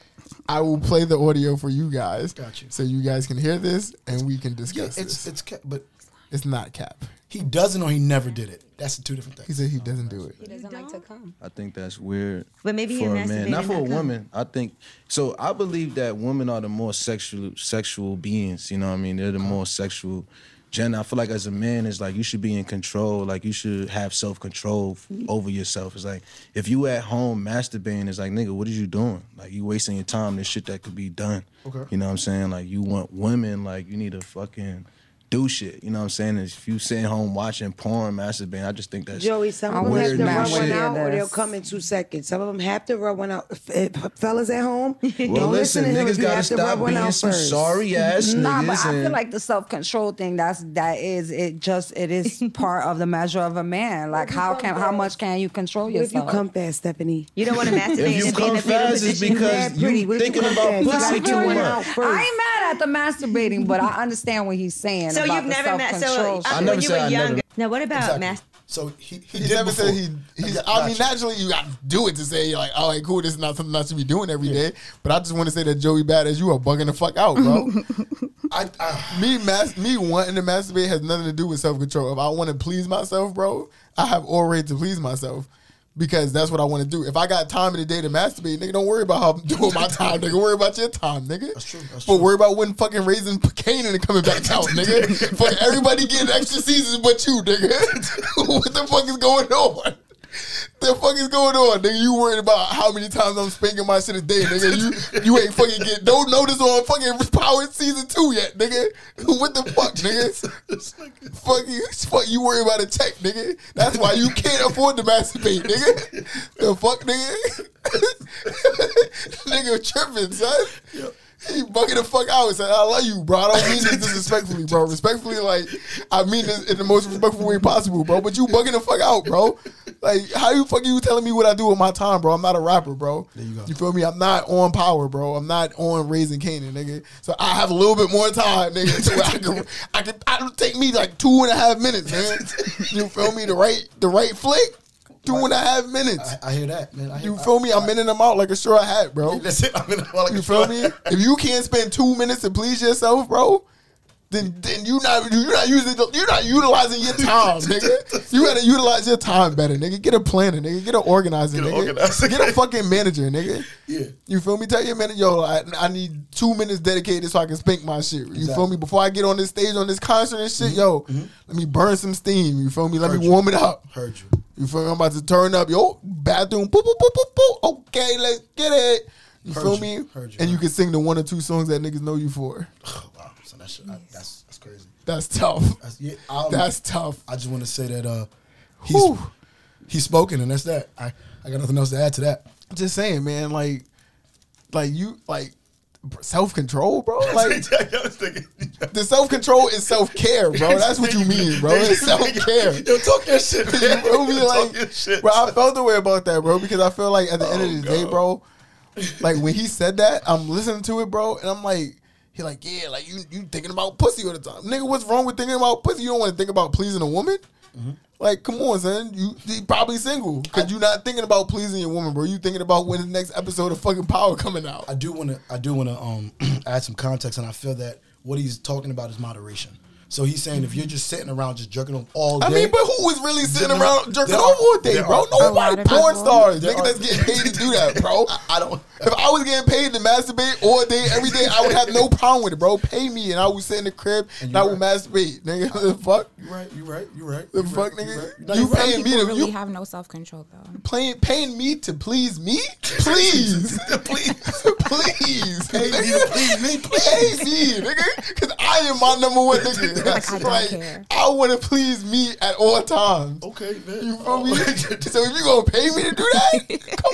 S1: I will play the audio for you guys,
S2: Got you.
S1: so you guys can hear this and we can
S2: Yeah,
S1: discuss
S2: it's
S1: this.
S2: it's ca- but
S1: It's not cap.
S2: he doesn't or he never did it. That's the two different
S1: He
S2: things.
S1: said he doesn't do it.
S4: He doesn't like to come.
S5: I think that's weird.
S4: But maybe he
S5: for a man,
S4: masturbated
S5: not for a
S4: and not come.
S5: woman. I think so. I believe that women are the more sexual sexual beings. You know what I mean? They're the more sexual. Jen, I feel like as a man, it's like you should be in control. Like you should have self control
S4: Mm-hmm.
S5: over yourself. It's like if you at home masturbating, it's like nigga, what are you doing? Like you wasting your time. This shit that could be done.
S2: Okay.
S5: You know what I'm saying? Like you want women. Like you need to fucking do shit. You know what I'm saying? If you sitting home watching porn, masturbating, I just think that's
S6: Joey, some of them
S5: Always
S6: have to rub
S5: mad
S6: one
S5: shit.
S6: out or they'll come in two seconds. Some of them have to rub one out. F- f- Fellas at home,
S5: Well,
S6: don't
S5: listen,
S6: listen to him if
S5: niggas
S6: you
S5: gotta
S6: have to
S5: stop
S6: rub one
S5: being
S6: out
S5: some
S6: first.
S5: sorry ass
S7: Nah,
S5: niggas.
S7: but I feel
S5: and-
S7: like the self control thing. That's that is it. Just it is part of the measure of a man. Like how can how much can you control
S6: What if you
S7: yourself?
S6: come fast, Stephanie?
S4: You don't want to
S5: if
S4: masturbate
S5: you
S4: and be in
S5: come
S4: a fetal
S5: fast, it's
S4: position.
S5: because
S6: Mad pretty.
S5: you
S6: What if you
S5: thinking
S6: come
S5: about
S6: fast? You
S5: pussy
S6: gotta rub
S5: too
S6: one
S5: much.
S6: out first.
S7: I ain't mad at the masturbating, but I understand what he's saying.
S4: So
S7: about
S4: you've
S7: the
S4: never met. So
S7: self-control
S4: uh,
S5: I
S7: shit.
S5: never
S4: when you
S5: said
S4: were
S5: I never-
S4: younger. Now what about mas-
S2: So he
S1: He
S2: he, did
S1: never
S2: before.
S1: said he. He's,
S2: got-
S1: I mean,
S2: gotcha.
S1: naturally, you got to do it to say you're like, all right, cool. This is not something I should be doing every day. But I just want to say that Joey Badass, you are bugging the fuck out, bro.
S2: I, I,
S1: me, mas- me wanting to masturbate has nothing to do with self control. If I want to please myself, bro, I have all right to please myself because that's what I want to do. If I got time in the day to masturbate, nigga, don't worry about how I'm doing my time, nigga. Worry about your time, nigga.
S2: That's true, that's
S1: but
S2: true.
S1: worry about when fucking raising Canaan and coming back out, nigga. For everybody getting extra seasons but you, nigga. what the fuck is going on? The fuck is going on, nigga? You worried about how many times I'm spanking my shit a day, nigga? You you ain't fucking get don't notice on fucking Power season two yet, nigga. What the fuck, nigga? fuck you, fuck you worry about a check, nigga. That's why you can't afford to masturbate, nigga. The fuck, nigga? nigga tripping, son. He bugging the fuck out. Said, I love you, bro. I don't mean this disrespectfully, bro. Respectfully, like I mean this in the most respectful way possible, bro. But you bugging the fuck out, bro. Like how you fucking you telling me what I do with my time, bro? I'm not a rapper, bro. There
S2: you go.
S1: feel me? I'm not on power, bro. I'm not on raising Canaan, nigga. So I have a little bit more time, nigga. So I can I can I don't take me like two and a half minutes, man. You feel me? The right the right flick, two and a half minutes.
S2: I hear that man. I hear,
S1: You feel me? I'm in and I'm out like a straw hat,
S2: I,
S1: bro.
S2: that's it. I'm in a
S1: You feel me? If you can't spend two minutes to please yourself, bro, then then you not you not using you're not utilizing your time, nigga. You gotta utilize your time better, nigga. Get a planner, nigga. Get an organizer,
S2: Get a
S1: nigga.
S2: organizer.
S1: Get a fucking manager, nigga.
S2: Yeah.
S1: You feel me? Tell your manager, yo, I, I need two minutes dedicated so I can spank my shit. You feel me? Before I get on this stage on this concert and shit, yo, let me burn some steam. You feel me? Let
S2: Heard
S1: me
S2: Mm-hmm. you.
S1: warm it up.
S2: Heard you.
S1: You feel me? I'm about to turn up. Yo, bathroom. Boop, boop, boop, boop, boop. Okay, let's get it. You
S2: Heard
S1: feel
S2: you.
S1: me?
S2: Heard you.
S1: and you can sing the one or two songs that niggas know you for.
S2: Oh, wow. So that shit. I, that's that's crazy.
S1: That's tough.
S2: That's yeah. i
S1: That's tough.
S2: I just want to say that uh, he's
S1: Whew.
S2: he's spoken and that's that. I I got nothing else to add to that.
S1: Just saying, man. Like, like you, like self control, bro. Like the self control is self care, bro. That's what you mean, bro. It's self care.
S2: Yo, talk your shit,
S1: you
S2: man.
S1: feel me?
S2: Yo, talk your
S1: Like,
S2: shit.
S1: bro, I felt the way about that, bro, because I feel like at the end of the day, bro, like when he said that, I'm listening to it, bro, and I'm like, he like, yeah, like you you thinking about pussy all the time, nigga. What's wrong with thinking about pussy? You don't want to think about pleasing a woman. Like, come on, son. You, you probably single. Cause you not thinking about pleasing a woman, bro. You thinking about when the next episode of fucking Power coming out.
S2: I do want to I do want to um add some context, and I feel that what he's talking about is moderation. So he's saying if you're just sitting around just jerking off all day,
S1: I mean, but who is really sitting
S2: There-
S1: around jerking
S2: there
S1: off
S2: are-
S1: all day,
S2: there
S1: bro?
S2: are-
S1: No
S3: A lot
S1: Nobody
S3: of
S1: porn
S3: people.
S1: stars,
S2: There
S1: nigga,
S2: are-
S1: that's getting paid to do that, bro.
S2: I don't.
S1: If I was getting paid to masturbate all day, every day, I would have no problem with it, bro. Pay me, and I would sit in the crib and, I
S2: you
S1: would masturbate, nigga. The fuck,
S2: You right, you right, you right.
S1: the
S2: you
S1: fuck,
S2: right,
S1: nigga.
S2: right.
S1: You
S3: Some
S1: paying me
S3: people
S1: to
S3: really
S1: you
S3: have no self control though.
S1: playing paying me to please me, please,
S2: Please.
S1: please,
S2: Pay me
S1: nigga.
S2: to please me,
S1: Pay me, nigga, because I am my number one nigga.
S3: Like, I don't
S1: Like,
S3: care.
S1: I want to please me at all times.
S2: Okay, man.
S1: You feel me? so if you gonna pay me to do that, come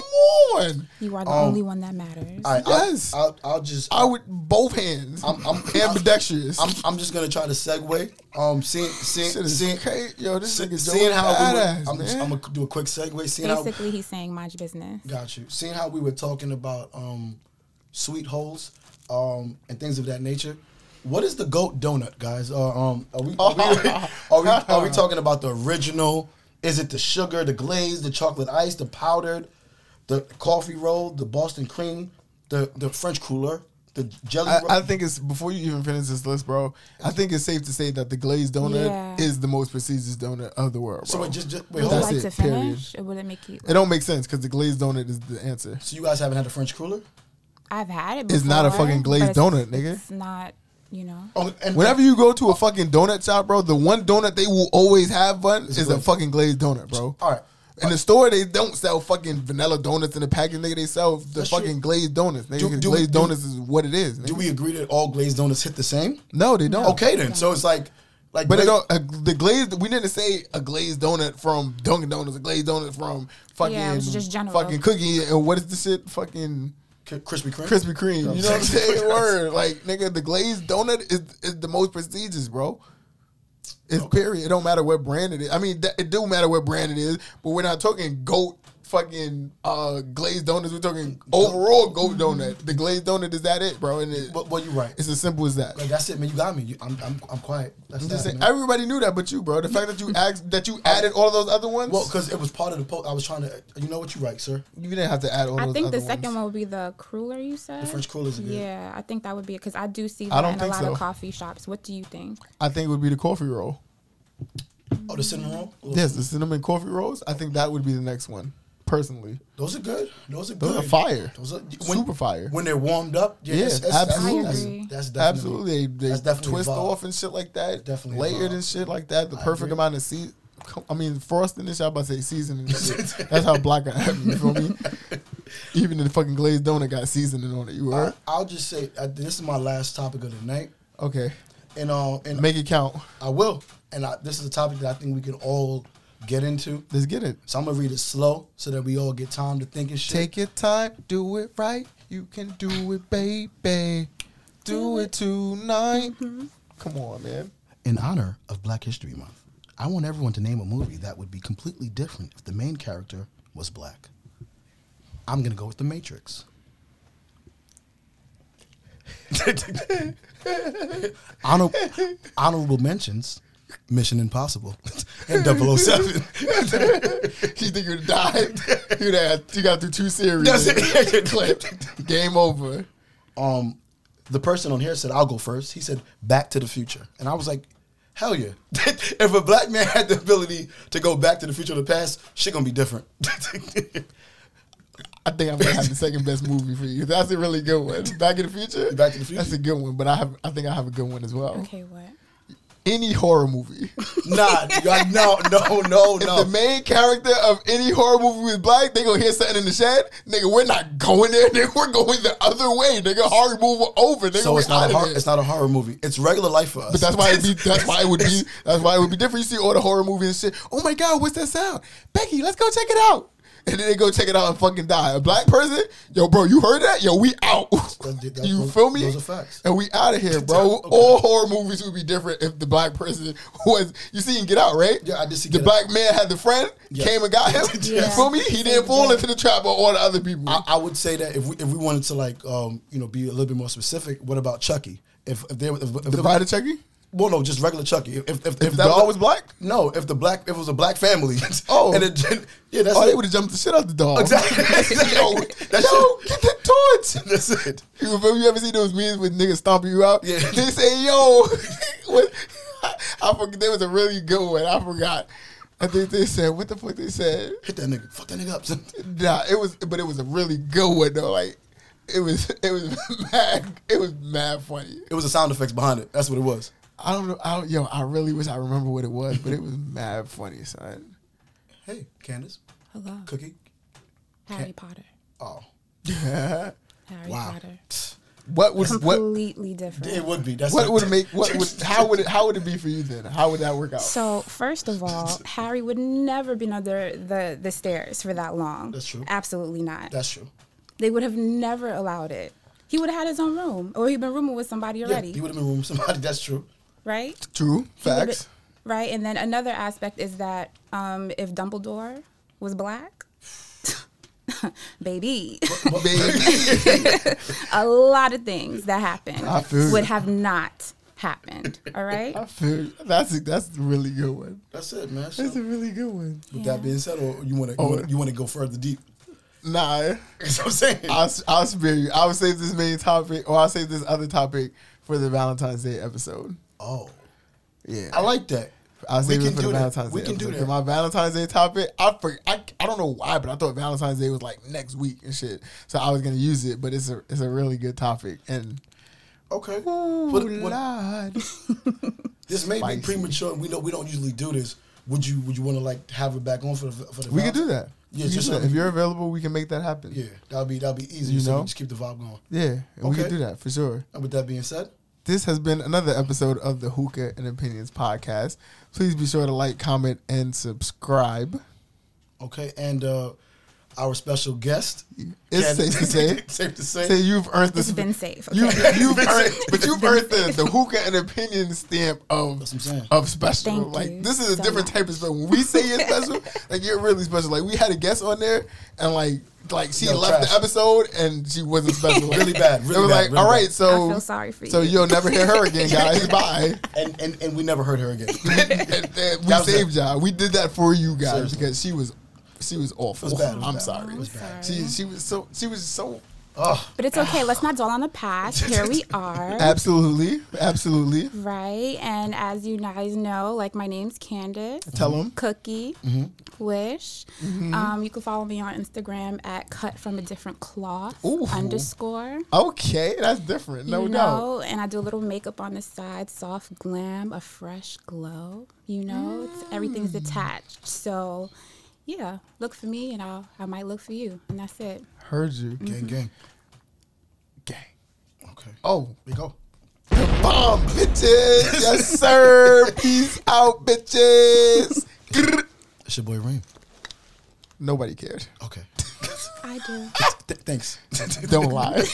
S1: on.
S3: You are the
S1: Oh.
S3: only one that matters.
S2: All right,
S1: Yes.
S2: I'll, I'll, I'll just.
S1: I would both hands.
S2: I'm. I'm. I'm,
S1: ambidextrous.
S2: I'm, I'm just gonna try to segue. Um, seeing, seeing,
S1: Shit is
S2: seeing,
S1: crazy. Yo, this
S2: se-
S1: nigga
S2: seeing
S1: Joey
S2: how we were,
S1: badass,
S2: I'm, just,
S1: man.
S2: I'm gonna do a quick segue. Seeing how
S3: Basically, he's saying mind your business.
S2: Got you. Seeing how we were talking about um, sweet holes um, and things of that nature, What is the goat donut, guys? Uh, um, are we are we, are we are we talking about the original? Is it the sugar, the glaze, the chocolate ice, the powdered, the coffee roll, the Boston cream, the the French cooler, the jelly?
S1: I,
S2: roll?
S1: I think it's before you even finish this list, bro. I think it's safe to say that the glazed donut
S3: Yeah.
S1: is the most prestigious donut of the world. Bro.
S2: so wait, just, just wait.
S3: Would you
S2: Hold on.
S1: that's
S3: like
S1: it,
S3: to
S1: period.
S3: finish? Or would it make you?
S1: it don't make sense because the glazed donut is the answer.
S2: So you guys haven't had a French cooler?
S3: I've had it. Before,
S1: It's not a fucking glazed
S3: but
S1: donut,
S3: it's-
S1: nigga.
S3: It's not, you know.
S2: Oh, and
S1: Whenever you go to a fucking donut shop, bro, the one donut they will always have bun is a
S2: glazed.
S1: fucking glazed donut, bro.
S2: all right.
S1: In the store, they don't sell fucking vanilla donuts in the package, nigga. They sell the
S2: That's
S1: fucking
S2: true.
S1: glazed donuts. Nigga,
S2: Do-
S1: 'cause
S2: do we-
S1: glazed
S2: do-
S1: donuts is what it is.
S2: Do
S1: nigga.
S2: we agree that all glazed donuts hit the same?
S1: No, they don't.
S2: Okay then. So it's like like
S1: But it
S2: gla-
S1: don't, uh, the glazed, we didn't say a glazed donut from Dunkin' Donuts, a glazed donut from fucking
S3: Yeah, it was just general.
S1: fucking cookie, and what is the shit? Fucking
S2: K- Krispy Kreme.
S1: Krispy Kreme. You know what I'm saying? Word, like nigga, the glazed donut is, is the most prestigious, bro. It's period. It don't matter what brand it is. I mean, that, it do matter what brand it is, but we're not talking goat fucking uh, glazed donuts. We're talking overall goat donut. The glazed donut is that it, bro? And it,
S2: Well, well, you're right.
S1: it's as simple as that.
S2: Like, that's it, man. You got me. You, I'm, I'm, I'm quiet. That's
S1: I'm
S2: that,
S1: just saying,
S2: man.
S1: everybody knew that, but you, bro. The fact that you asked, that you added all those other ones.
S2: well, because it was part of the post. I was trying to. You know what? You're right, sir.
S1: you didn't have to add all.
S3: I
S1: those
S3: think the
S1: other
S3: second
S1: ones.
S3: one would be the cruller. You said
S2: The French crullers are good.
S3: Yeah, I think that would be because I do see
S1: I
S3: that
S1: don't
S3: in a
S1: think
S3: lot
S1: so.
S3: of coffee shops. What do you think?
S1: I think would be the coffee roll.
S2: Oh, the cinnamon roll. Oh,
S1: Yes, the cinnamon coffee rolls. I think that would be the next one, personally.
S2: Those are good. Those are good.
S1: Those are fire.
S2: Those are
S1: Super fire.
S2: When they're warmed up. Yeah,
S1: Yeah,
S2: that's- that's- that's-
S1: absolutely.
S2: That's,
S3: I agree.
S2: that's definitely.
S1: Absolutely, they,
S2: that's
S1: they
S2: definitely
S1: twist
S2: a vibe.
S1: off and shit like that.
S2: Definitely a
S1: layered
S2: vibe.
S1: and shit like that. The perfect
S2: agree.
S1: amount of sea. co- I mean, frosting and shit. I about to say seasoning. and shit. That's how black I am. You feel me? Even the fucking glazed donut got seasoning on it. You
S2: I,
S1: heard?
S2: I'll just say uh, this is my last topic of the night,
S1: Okay,
S2: and uh, and
S1: make it count.
S2: I will. And I, this is a topic that I think we can all get into.
S1: Let's get it.
S2: So I'm gonna read it slow so that we all get time to think and shit.
S1: Take your time, do it right. You can do it, baby. Do it tonight. Come on, man.
S2: In honor of Black History Month, I want everyone to name a movie that would be completely different if the main character was black. I'm gonna go with The Matrix. Honor- honorable mentions: Mission Impossible and 007.
S1: You think you'd die? You that you got through two series. Clip. Game over.
S2: um, the person on here said, "I'll go first. He said, "Back to the Future," and I was like, "Hell yeah!" if a black man had the ability to go back to the future, or the past, shit gonna be different.
S1: I think I'm gonna have the second best movie for you. That's a really good one. Back in the Future.
S2: Back to the Future.
S1: That's a good one, but I have I think I have a good one as well.
S3: Okay, what?
S1: Any horror movie.
S2: nah, y'all- no, no, no,
S1: If
S2: no.
S1: the main character of any horror movie was black, they gonna hear something in the shed. Nigga, we're not going there. Nigga, we're going the other way. Nigga, horror movie over. Nigga,
S2: so
S1: we
S2: it's not
S1: outta
S2: a horror,
S1: there.
S2: it's not a horror movie. It's regular life for us.
S1: But that's why it'd be. That's why it would be. That's why it would be different. You see all the horror movies and shit. Oh my god, what's that sound? Becky, let's go check it out. And then they go check it out and fucking die. A black person, yo, bro, you heard that? Yo, we out.
S2: that- that-
S1: you
S2: those-
S1: feel me?
S2: those are facts.
S1: And we out of here, bro.
S2: Okay.
S1: All horror movies would be different if the black person was. You see, in Get Out, right?
S2: Yeah, I did see
S1: The
S2: Get
S1: black man had the friend came and got him. You
S3: Yeah.
S1: feel me? He didn't fall into the trap of all the other people.
S2: I, I would say that if we if we wanted to like um you know be a little bit more specific, what about Chucky? If if they if, if
S1: the bride of Chucky.
S2: well no just regular Chucky. If if, if,
S1: the dog was black?
S2: no. If the black if it was a black family,
S1: Oh.
S2: and it, yeah, that's
S1: Oh,
S2: it.
S1: they would have jumped the shit out the dog.
S2: Exactly.
S1: yo,
S2: That's
S1: yo,
S2: it.
S1: get the torch.
S2: That's it.
S1: You feel me? You ever see those memes with niggas stomping you out?
S2: Yeah.
S1: They say, yo, what? I forgot. There was a really good one. I forgot. I think they said, what the fuck they said?
S2: Hit that nigga. Fuck that nigga up.
S1: Nah, it was, but it was a really good one though. Like, it was, it was mad, it was mad funny.
S2: it was the sound effects behind it. That's what it was.
S1: I don't know, I don't, yo, I really wish I remember what it was, but it was mad funny, son.
S2: Hey, Candace,
S3: Hello,
S2: Cookie.
S3: Harry Potter.
S2: Oh,
S3: Harry
S2: Wow.
S3: Potter.
S1: What was, what,
S3: Completely different.
S2: it would be. That's
S1: what would make, what would, how would it, how would it be for you then? How would that work out?
S3: So first of all, Harry would never been under the, the stairs for that long.
S2: That's true.
S3: Absolutely not.
S2: That's true.
S3: they would have never allowed it. He would have had his own room, or he'd been rooming with somebody
S2: Yeah,
S3: already,
S2: he would have been room somebody. That's true.
S3: right?
S1: True.
S3: He would've-
S1: Facts.
S3: right? And then another aspect is that um, if Dumbledore was black, baby.
S1: Baby.
S3: a lot of things that happened
S1: I feel
S3: would
S1: you.
S3: have not happened. All right.
S1: I feel that's a, that's a really good one.
S2: That's it, man. So,
S1: That's a really good one.
S2: with that being said, or you want to
S1: Oh.
S2: you want to go further deep?
S1: Nah,
S2: That's what I'm saying.
S1: I'll, I'll spare you. I'll save this main topic, or I'll save this other topic for the Valentine's Day episode.
S2: oh,
S1: Yeah,
S2: I like that.
S1: I'll
S2: we
S1: save it
S2: can
S1: for
S2: do
S1: the
S2: that.
S1: Valentine's
S2: We
S1: Day.
S2: can do
S1: episode,
S2: that.
S1: 'cause My Valentine's Day topic, I, for, I I don't know why, but I thought Valentine's Day was like next week and shit. So I was gonna use it, but it's a it's a really good topic. And
S2: Okay.
S1: oh
S2: What- what-
S1: Lord.
S2: this may
S1: spicy.
S2: be premature. and We know we don't usually do this. Would you Would you want to like have it back on for the for the?
S1: we can do
S2: Valentine's-
S1: that.
S2: Yeah,
S1: We can
S2: just
S1: do
S2: so
S1: that.
S2: we-
S1: if you're available, we can make that happen.
S2: Yeah, that'll be that'll be easy.
S1: You
S2: so we
S1: know?
S2: just keep the vibe going.
S1: yeah, we
S2: Okay.
S1: can do that for sure.
S2: And with that being said,
S1: This has been another episode of the Hookah and Opinions podcast. Please be sure to like, comment, and subscribe.
S2: okay, and uh our special guest.
S1: It's
S2: Ken-
S1: safe to say.
S2: safe to say.
S1: Say you've earned this.
S3: It's been safe.
S1: You,
S3: Okay.
S1: you've earned, but you've earned the, the hookah and opinion stamp of
S2: That's what I'm saying.
S1: of special.
S3: Thank
S1: like
S3: you
S1: this is a
S3: so
S1: different
S3: much.
S1: type of special. When we say you're special, like you're really special. Like we had a guest on there, and like like she
S2: Yo,
S1: left
S2: trash.
S1: the episode and she wasn't special.
S2: Really bad,
S1: it
S2: really
S1: was like
S2: bad, really
S1: all
S2: bad.
S1: right, so
S3: I feel sorry for
S1: So
S3: you.
S1: you'll never hear her again, guys. Bye.
S2: and, and and we never heard her again.
S1: And- and- and we
S2: That was
S1: saved y'all. We did that for you guys
S2: Seriously.
S1: because she was she was awful.
S2: It was bad, it was
S1: I'm
S2: bad,
S1: sorry.
S2: it was
S3: bad.
S1: She she was so she was so
S2: Oh,
S3: But it's okay. Let's not dwell on the past. Here we are.
S1: absolutely absolutely.
S3: Right. And as you guys know, like my name's Candace.
S1: Tell them.
S3: Cookie, Mm-hmm. Wish. Um, you can follow me on Instagram at cut from a different cloth
S1: Ooh.
S3: underscore.
S1: Okay, that's different. No
S3: you
S1: doubt.
S3: know, and I do a little makeup on the side, soft glam, a fresh glow. You know, it's, everything's attached. So, yeah, look for me, and I'll I might look for you, and that's it.
S1: Heard you.
S2: gang, gang.
S1: Gang.
S2: Okay,
S1: Oh,
S2: we go.
S1: the bomb, bitches. Yes, sir. Peace out, bitches. Grr.
S2: It's your boy Reem.
S1: Nobody cared.
S2: Okay.
S3: I do.
S2: Th- thanks.
S1: Don't lie.